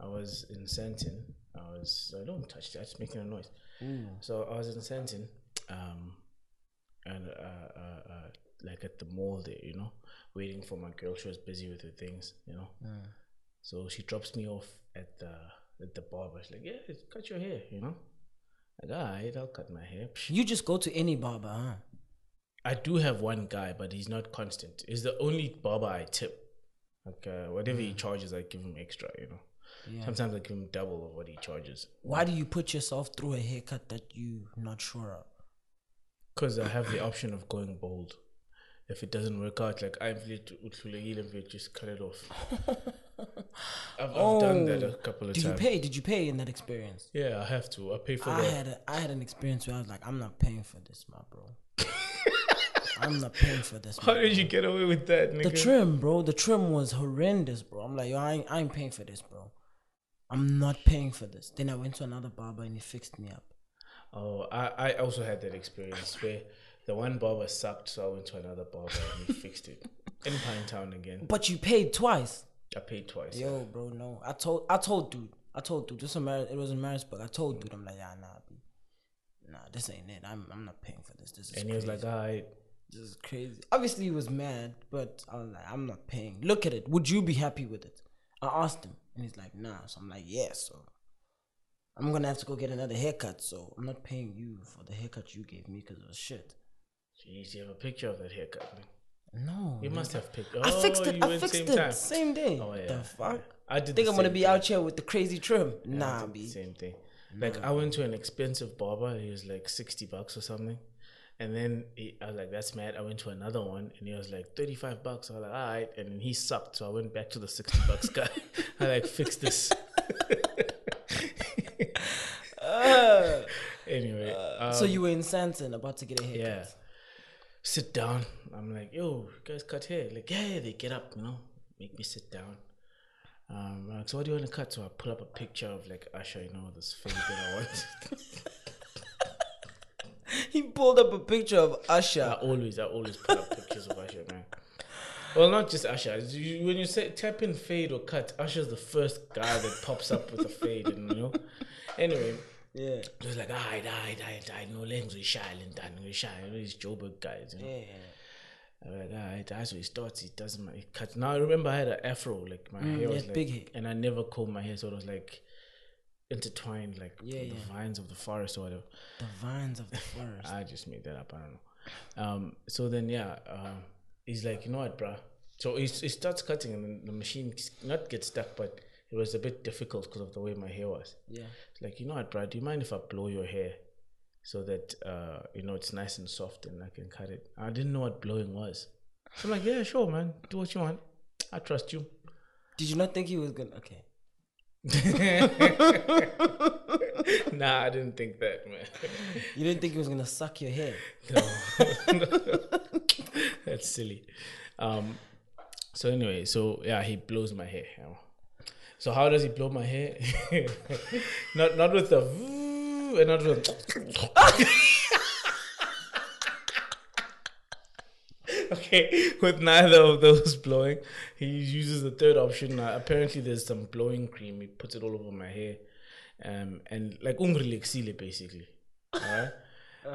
I was in Sentin. I was. I don't touch that. It's making a noise. Mm. So I was in Sentin, um, and uh, uh, uh, like at the mall there, you know, waiting for my girl. She was busy with her things, you know. So she drops me off at the at the barber. She's like, "Yeah, cut your hair," you know. Like, alright, I'll cut my hair. Psh. You just go to any barber, huh? I do have one guy, but he's not constant. He's the only barber I tip. Like uh, whatever he charges, I give him extra. You know, Yeah. sometimes I give him double of what he charges Why do you put yourself through a haircut that you not sure of? because I have the option of going bold. If it doesn't work out, like I'm just cut it *laughs* off. I've, I've done that a couple of Oh. Did you times. pay? Did you pay in that experience? Yeah, I have to. I pay for I that. had a, I had an experience where I was like, I'm not paying for this, my bro. *laughs* I'm not paying for this. How my did you get away with that, nigga? The trim, bro. The trim was horrendous, bro. I'm like, yo, I ain't, I ain't paying for this, bro. I'm not paying for this. Then I went to another barber and he fixed me up. Oh, I, I also had that experience where the one barber sucked, so I went to another barber and he *laughs* fixed it. In Pinetown again. But you paid twice. I paid twice. Yo, bro, no. I told, I told dude, I told dude. This was Mar- it was in Marisburg. I told dude, I'm like, yeah, nah, B. nah, this ain't it. I'm, I'm not paying for this. This is and he was like, all right. this is crazy. Obviously, he was mad, but I was like, I'm not paying. Look at it. Would you be happy with it? I asked him, and he's like, nah. So I'm like, yeah, so I'm going to have to go get another haircut. So I'm not paying you for the haircut you gave me because it was shit. Jeez, you have a picture of that haircut. man. No. You man. must have pictures. Mm-hmm. I fixed it. you I went fixed same it. time. Same day. Oh, yeah. The fuck? I did Think the I'm going to same be thing. out here with the crazy trim. Nah, B. Same thing. Like I went to an expensive barber. He was like sixty bucks or something, and then he, I was like, "That's mad." I went to another one, and he was like thirty-five bucks. I was like, "All right," and then he sucked, so I went back to the sixty bucks guy. *laughs* I like fix this. anyway, um, Uh, so you were in Santon about to get a haircut. yeah. Sit down. I'm like, yo, you guys cut hair. Like, yeah, yeah, they get up, you know, make me sit down. Um, I'm like, so what do you want to cut? So I pull up a picture of like Usher, you know, this thing that I want. *laughs* He pulled up a picture of I Usher. always, I always put up pictures of Usher, man. Well, not just Usher. You- When you say tap in fade or cut, Usher's the first guy that pops up with a fade, and you know. Anyway, Yeah. it was like, all right, all right, all right, all right, no lens, we shy, and done, we shy. You know, these Joburg guys, you know. Yeah. I'm like, all right, that's what he starts. He doesn't, ma- he cuts. Now I remember I had an afro, like my hair Mm, yeah, was like, big hair. and I never combed my hair, so it was like intertwined, like Yeah, the yeah. vines of the forest or whatever. The vines of the forest. *laughs* I just made that up. I don't know. Um, so then, yeah, um, he's like, you know what, bruh? So he, he starts cutting, and then the machine s- not get stuck, but it was a bit difficult because of the way my hair was. yeah. It's like, you know what, bruh? Do you mind if I blow your hair so that uh, you know it's nice and soft and I can cut it? I didn't know what blowing was. So I'm like, yeah, sure, man. Do what you want. I trust you. *laughs* Did you not think he was gonna? Okay. nah, I didn't think that, man. You didn't think he was gonna suck your hair. *laughs* That's silly. Um, so anyway, so yeah, he blows my hair. you know. So how does he blow my hair? *laughs* not not with the *laughs* voo- and not with *laughs* *laughs* okay with neither of those blowing. He uses the third option. Uh, apparently, there's some blowing cream. He puts it all over my hair, um, and like ungrelixile basically. Alright?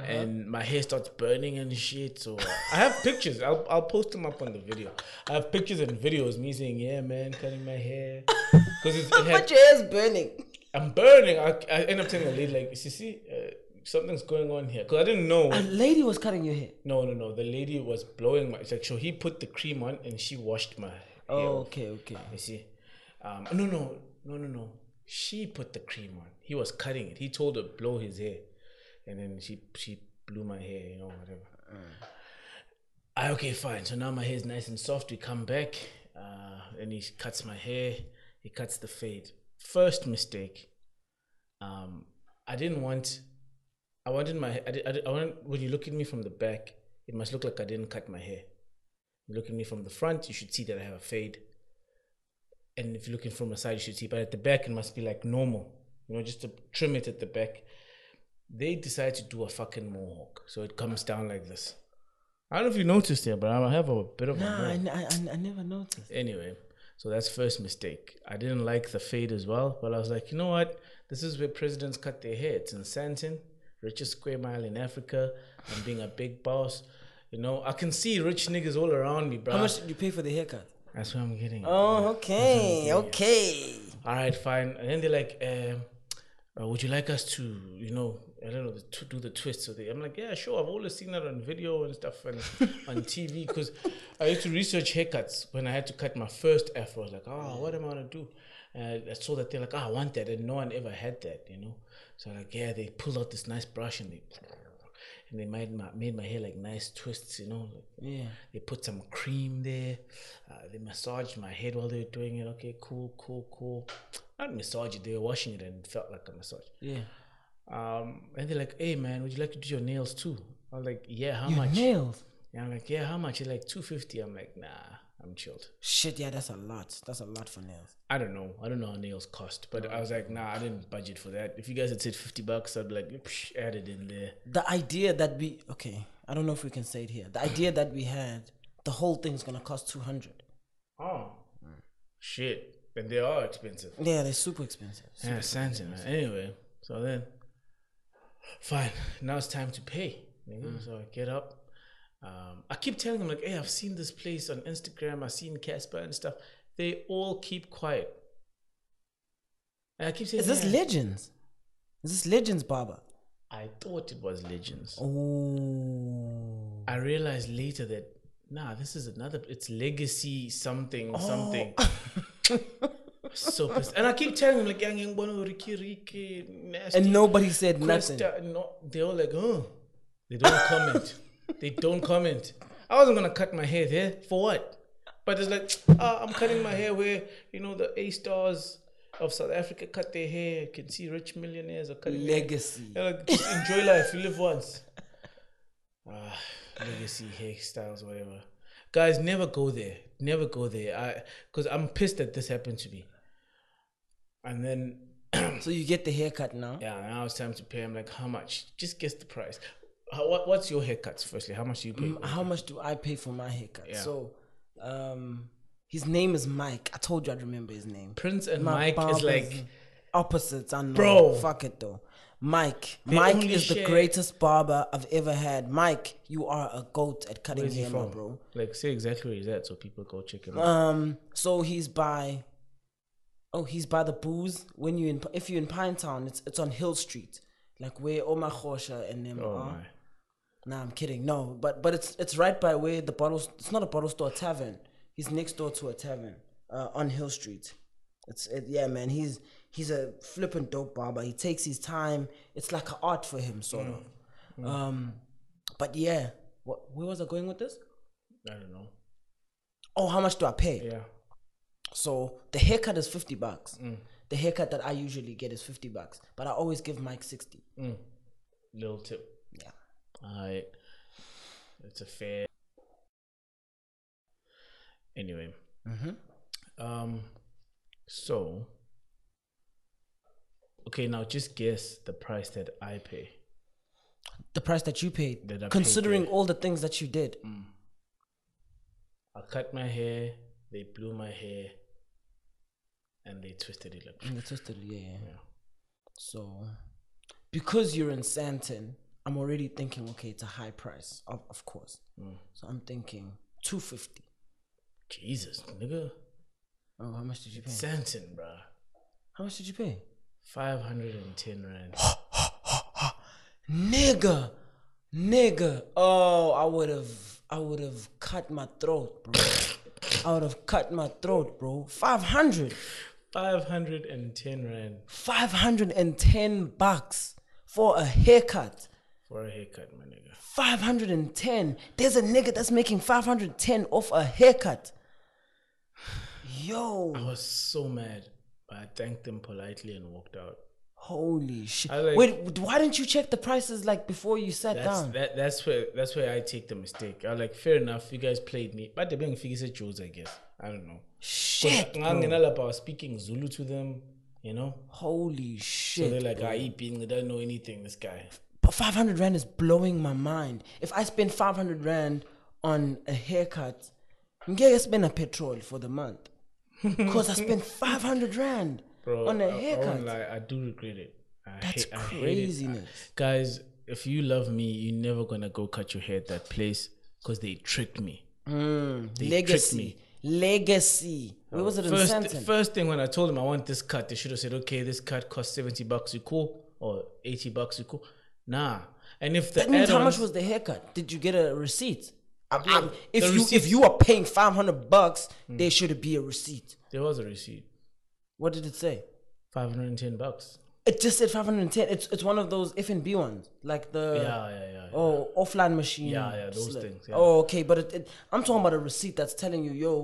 And my hair starts burning and shit. So I have pictures. I'll, I'll post them up on the video. I have pictures and videos. Me saying, "Yeah, man, cutting my hair," because it had But your hair's burning. I'm burning. I, I end up telling the lady like, "Sissy, uh, something's going on here," because I didn't know. A lady was cutting your hair. No, no, no. The lady was blowing my. It's like, so he put the cream on and she washed my hair. Oh, off, okay, okay. You see? Um, no, no, no, no, no. She put the cream on. He was cutting it. He told her blow his hair, and then she she blew my hair. You know whatever. I okay, fine. So now my hair is nice and soft. We come back, uh, and he cuts my hair. He cuts the fade. First mistake. Um, I didn't want I wanted my I, did, I, did, I want when you look at me from the back, it must look like I didn't cut my hair. You look at me from the front, you should see that I have a fade. And if you're looking from the side, you should see. But at the back, it must be like normal, you know, just to trim it at the back. They decide to do a fucking mohawk, so it comes down like this. I don't know if you noticed it, but I have a bit of a Nah, I, mohawk. n- I- I- I never noticed. Anyway, so that's first mistake. I didn't like the fade as well, but I was like, you know what? This is where presidents cut their hair. It's in Santon, richest square mile in Africa. I'm being a big boss. You know, I can see rich niggas all around me, bro. How much Oh, did you pay for the haircut? That's what I'm getting. at. Oh, okay, okay. All right, fine. And then they're like, um, uh, would you like us to, you know, I don't know, to do the twists of the? I'm like, yeah, sure. I've always seen that on video and stuff and *laughs* on TV because I used to research haircuts when I had to cut my first afro. I was like, oh, what am I gonna do? And I saw that they're like, oh, I want that, and no one ever had that, you know. So I'm like, yeah, they pulled out this nice brush and they and they made my made my hair like nice twists, you know. Like, Yeah. they put some cream there. Uh, they massaged my head while they were doing it. Okay, cool, cool, cool. Not massage it. They were washing it and it felt like a massage. Yeah. Um, and they're like, "Hey, man, would you like to do your nails too?" I was like, "Yeah, how Your much?" nails. And I'm like, "Yeah, how much?" They're like, 250 I'm like, "Nah, I'm chilled. Shit, yeah, that's a lot. That's a lot for nails. I don't know. I don't know how nails cost, but I was like, "Nah, I didn't budget for that." If you guys had said 50 bucks, I'd be like, Psh, "Add it in there." The idea that we okay, I don't know if we can say it here. The idea that we had, the whole thing's gonna cost two hundred. Oh, Hmm. shit! And they are expensive. Yeah, they're super expensive. Yeah, Sansa, man. Anyway, so then, fine. Now it's time to pay. nigga. Mm. So I get up. Um, I keep telling them like, "Hey, I've seen this place on Instagram. I've seen Casper and stuff." They all keep quiet. And I keep saying, Is this "Yeah." legends? Is this legends, Baba? I thought it was Legends. Oh, I realized later that nah, this is another. It's Legacy Oh. something something. so pissed. and I keep telling them like, "Yeah, ngiyangibona uRicky Ricky, *laughs* nasty." and nobody said nothing. Questa, no, they all like, oh, they don't *laughs* comment. they don't comment. I wasn't gonna cut my hair there for what? But it's like, ah, I'm cutting my hair where you know the A stars of South Africa cut their hair. You can see rich millionaires are cutting. their- Legacy. They're like, just enjoy life. You live once. *sighs* Ah, legacy hairstyles, whatever. Guys, never go there. Never go there. I, because I'm pissed that this happened to me. And then So you get the haircut now. yeah, now it's time to pay. I'm like, how much? Just guess the price. How, what, what's your haircuts, firstly? How much do you pay? Mm, How much do I pay for my haircut? Yeah. So, um, his name is Mike. I told you I'd remember his name. Prince and My Mike is barber's like, opposites. I know. Bro. fuck it though. Mike, Mike only is the share- greatest barber I've ever had. Mike, you are a goat at cutting where's he hair, my from? bro. Like, say exactly where he's at so people go check him out. Um, so he's by. Oh, he's by the booze. When you in, if you're in Pine Town, it's it's on Hill Street, like where Omar Khosha and them Oh, are. my. Nah, I'm kidding. No, but but it's it's right by where the bottle. It's not a bottle store, a tavern. He's next door to a tavern uh, on Hill Street. It's it, yeah, man. He's he's a flippin' dope barber. He takes his time. It's like an art for him, sort of. Mm. Um, but yeah, what, where was I going with this? I don't know. Oh, how much do I pay? Yeah. So the haircut is fifty bucks. Mm. The haircut that I usually get is fifty bucks, but I always give Mike sixty. Mm. Little tip. Yeah. All right. It's a fair. Anyway. Mm-hmm. Um. So. Okay, now just guess the price that I pay. The price that you paid, That I paid, considering yeah. all the things that you did. I cut my hair, they blew my hair, and they twisted it like In the twisted, yeah, yeah. Yeah. So, because you're in Santon, I'm already thinking, okay, it's a high price, of, of course. So I'm thinking 250. Jesus, nigga. Oh, how much did you pay? Santon, bruh. How much did you pay? Five hundred and ten rand. *gasps* Nigga, nigga. Oh, I would have, I would have cut my throat, bro. I would have cut my throat, bro. 500, Five hundred and ten rand 510 bucks for a haircut. for a haircut, my nigga. 510. There's a nigga that's making 510 off a haircut. I Yo, was so mad, but I thanked them politely and walked out. holy shit. I like- Wait, why didn't you check the prices like before you sat That's down? that, that's where that's where I take the mistake. I was like, fair enough, you guys played me. But they're being figures at Joe's, I guess. I don't know. 'Cause shit. Nganginalapa, I was speaking Zulu to them, you know? Holy So shit. they're like, I eat being, I don't know anything, this guy. but 500 Rand is blowing my mind. If I spend 500 Rand on a haircut, I'm going to spend a petrol for the *laughs* month. Because I spent 500 Rand Bro, on a I- I, haircut. won't lie, I do regret it. I That's hate- I hate it. craziness. I- guys, if you love me, you're never gonna go cut your hair at that place because they tricked me. Mm, tricked legacy. me. Legacy. Where was it in First, Santon? first thing when I told him I want this cut, they should have said, okay, this cut costs 70 bucks, you cool? Or 80 bucks, you cool? Nah. And if the That means how add-ons- much was the haircut? Did you get a receipt? I'm- Yeah, I'm- if the you receipt- Hmm. if you are paying five hundred bucks, there should be a receipt. there was a receipt, What did it say? 510 bucks. It just said five hundred and ten. It's it's one of those F and B ones, like the yeah, yeah, yeah. oh offline machine. Yeah, yeah, those things, yeah. Oh, okay, but it, it, I'm talking about a receipt that's telling you, yo,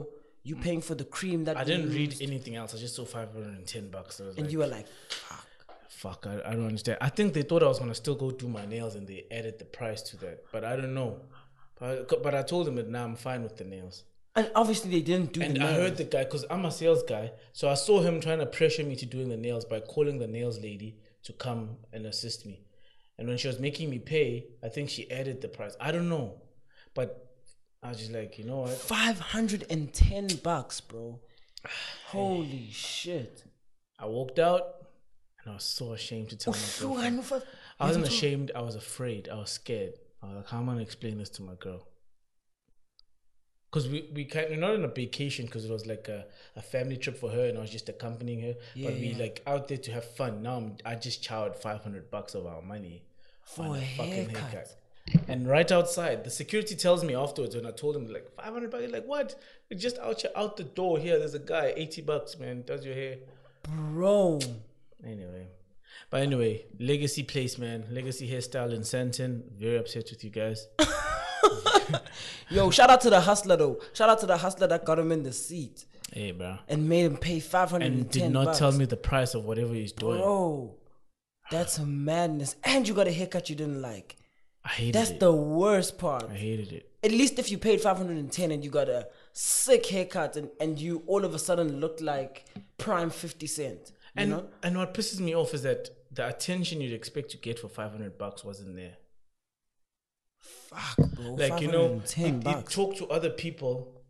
you paying for the cream that I we didn't read used. anything else. I just saw 510 bucks. I was and like, you were like, fuck. fuck, I, I don't understand. I think they thought I was going to still go do my nails and they added the price to that. But I don't know. But, but I told them that now I'm fine with the nails. And obviously they didn't do And the I nails. heard the guy because I'm a sales guy, so I saw him trying to pressure me to doing the nails by calling the nails lady to come and assist me. And when she was making me pay, I think she added the price. I don't know, but I was just like, you know what? five hundred and ten bucks, bro. *sighs* Holy shit. I walked out, and I was so ashamed to tell Oh my girlfriend. I wasn't ashamed. I was afraid. I was scared. I was like, how am I gonna explain this to my girl? Because we we kind we're not on a vacation because it was like a, a family trip for her and I was just accompanying her. but we Yeah. like out there to have fun. Now I'm, I just chowed five hundred bucks of our money For Oh, a haircut. And right outside, the security tells me afterwards when I told him like five hundred bucks. he's Like what? It's just out your, out the door here. There's a guy eighty bucks man does your hair. Bro. Anyway, but anyway, legacy place, man. Legacy hairstyle in Santon. Very upset with you guys. Yo, shout out to the hustler though. Shout out to the hustler that got him in the seat hey, bro. and made him pay five hundred And and did ten not bucks. Oh, tell me the price of whatever he's doing. Bro, that's a madness. And you got a haircut you didn't like. I hated That's it. the worst part. I hated it. At least if you paid five hundred and ten and you got a sick haircut and, and you all of a sudden looked like prime fifty cent. You And know? and what pisses me off is that the attention you'd expect to get for five hundred bucks wasn't there. Fuck bro. Like you know, you, 510 you bucks talk to other people.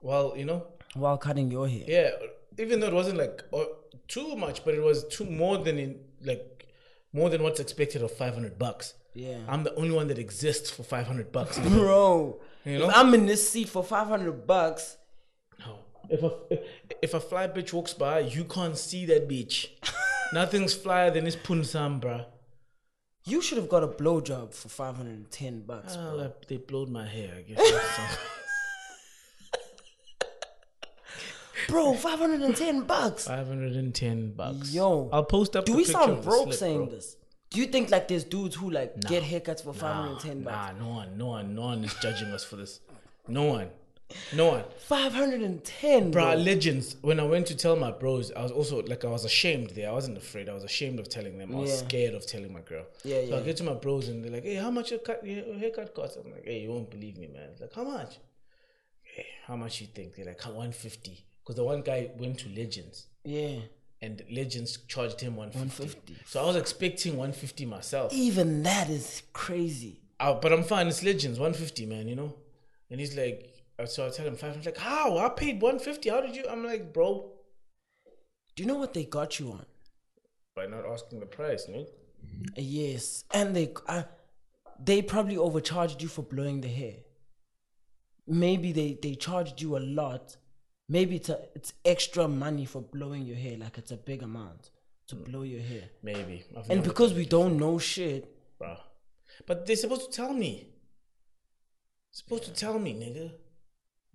Well, you know, while cutting your hair. yeah. Even though it wasn't like or too much, but it was too more than in like more than what's expected of five hundred bucks. Yeah. I'm the only one that exists for *laughs* 500 bucks. Bro, You know? if I'm in this seat for 500 bucks, No. If a, if a fly bitch walks by, you can't see *laughs* that bitch. Nothing's flyer than this punsam, bruh. you should have got a blowjob for 510 bucks. bro. Well, I- they blowed my hair, I guess. *laughs* that's all. Bro, *laughs* 510 bucks. 510 bucks. Yo. I'll post up Do the we picture sound of the broke slip, saying bro. this? Do you think like there's dudes who like Nah. get haircuts for 510 nah, bucks? Nah, no one, no one, no one is judging us for this. No one. No one. 510, Bruh, bro. legends. When I went to tell my bros, I was also like, I was ashamed there. I wasn't afraid. I was ashamed of telling them. I was Yeah. scared of telling my girl. Yeah, So I yeah. get to my bros and they're like, hey, how much your, cut, your haircut cost? I'm like, hey, you won't believe me, man. Like, how much? Hey, how much you think? They're like, 150. Because the one guy went to Legends Yeah. and Legends charged him 150. 150. So I was expecting 150 myself. Even that is crazy. I- but I'm fine. It's Legends, 150, man, you know? And he's like, uh, so I tell him 500. like, how? I paid 150. How did you? I'm like, bro, Do you know what they got you on? by not asking the price, no? Yes. And they uh, they probably overcharged you for blowing the hair. Maybe they they charged you a lot. Maybe it's a, it's extra money for blowing your hair like it's a big amount to blow your hair. Maybe. I've And never- because we don't know shit, Bruh. But they're supposed to tell me. Supposed to tell me, nigga.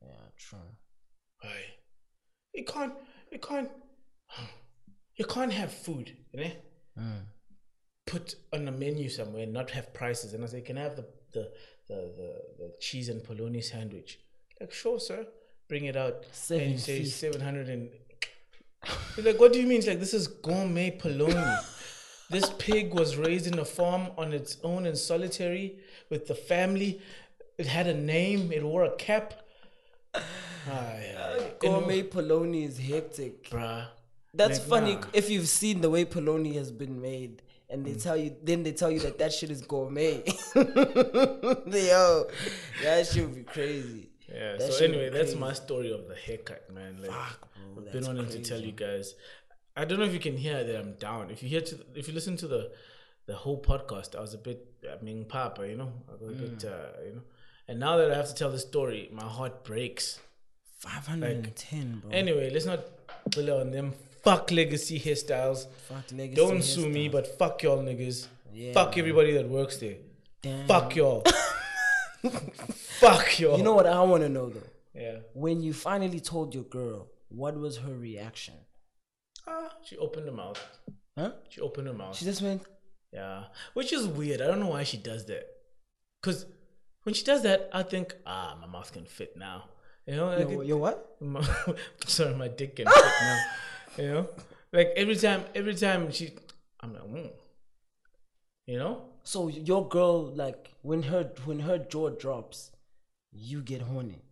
yeah, true. Aye. You can't. You can't. *sighs* You can't have food, you know? Mm. Put on the menu somewhere, and not have prices, and I say, can I have the the the, the, the cheese and polony sandwich? Like, sure, sir. Bring it out. and you say 750. seven hundred and. He's like, what do you mean? It's like this is gourmet polony. this pig was raised in a farm on its own and solitary with the family. It had a name. It wore a cap. *laughs* Aye, aye. Gourmet Poloni is hectic. Bruh. That's Like, funny nah. Mm. if you've seen the way Poloni has been made. And they tell you, then they tell you that that shit is gourmet. *laughs* Yo, that shit would be crazy. Yeah. That so shit would anyway, be that's crazy. my story of the haircut, man. Like, Fuck, bro, I've been that's wanting to tell you guys. I don't know if you can hear that I'm down. If you hear to, if you listen to the the whole podcast, I was a bit I mean papa, Mm. you know, I was a bit uh, you know. And now that I have to tell the story, my heart breaks. 510, bro. Anyway, let's not bully on them. Fuck legacy hairstyles. Fuck legacy Don't sue me, hairstyles. but fuck y'all niggas. Yeah, fuck everybody that works there. Damn. Fuck *laughs* y'all. fuck y'all. You know what I want to know though? yeah. When you finally told your girl, what was her reaction? Ah, she opened her mouth. Huh? She opened her mouth. She just went, yeah. Which is weird. I don't know why she does that. Because when she does that, I think, ah, my mouth can fit now. You know, like "Yo, it- yo what? *laughs* my, sorry, my dick can fit now. *laughs* You know, like every time, every time she, I'm like, mm. you know, So your girl, like when her when her jaw drops, you get horny.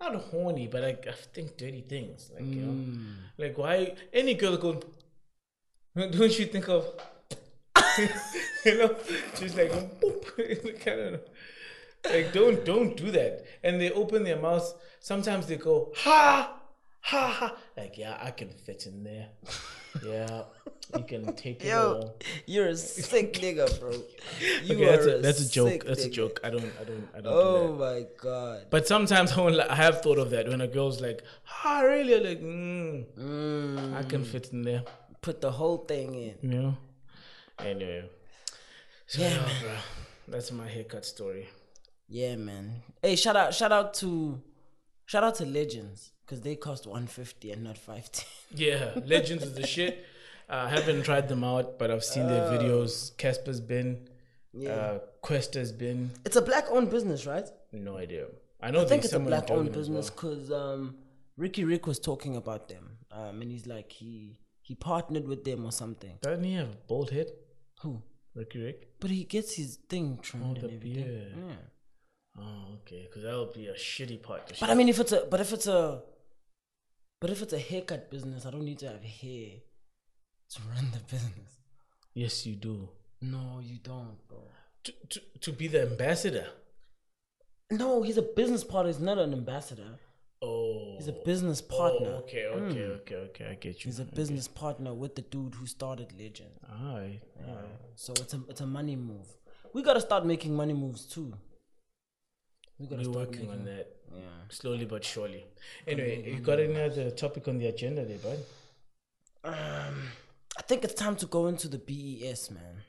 not horny, but like I think dirty things. Like you know, like why any girl go, don't you think of, *laughs* you know, just like boop, *laughs* like, I don't know. Like don't don't do that. And they open their mouths. Sometimes they go ha ha ha. Like yeah, I can fit in *laughs* there. Yeah, you can take it all. you're *laughs* a sick nigga, bro. You okay, that's are a, that's a joke. sick That's a nigga. joke. I don't. I don't. I don't. Oh Do that. my god. But sometimes *laughs* I, won't, li- I have thought of that when a girl's like, "Ah, really?" I'm Like, mm, Mm, I can fit in there. put the whole thing in. You know. Anyway. So, uh, yeah, bruh, that's my haircut story. Yeah, man. Hey, shout out, shout out to, shout out to Legends because they cost one fifty and not five ten. *laughs* Yeah, Legends is the shit. Uh, I haven't tried them out, but I've seen their videos. Casper's been, Uh. Yeah, uh, Quest has been. it's a black-owned business, right? No idea. I know I think there's it's a someone in black-owned Durban as business well. because um, Ricky Rick was talking about them, um, and he's like he he partnered with them or something. Doesn't he have a bald head, Who? Ricky Rick? But he gets his thing trimmed Oh, the and everything. beard. Yeah. Oh, okay. Because that'll be a shitty part. to But I mean, if it's a but if it's a but if it's a haircut business, I don't need to have hair to run the business. Yes, you do. No, you don't, bro. To, to, to be the ambassador. No, he's a business partner. He's not an ambassador. Oh. He's a business oh, partner. Hmm. okay, okay, okay, okay. I get you. He's a I- business partner with the dude who started Legend. Alright. alright. So it's a it's a money move. We gotta start making money moves too. We gotta We're start working on making- that Yeah. slowly but surely. Anyway, Hmm. you got any other topic on the agenda there, bud? Um, I think it's time to go into the BES, man.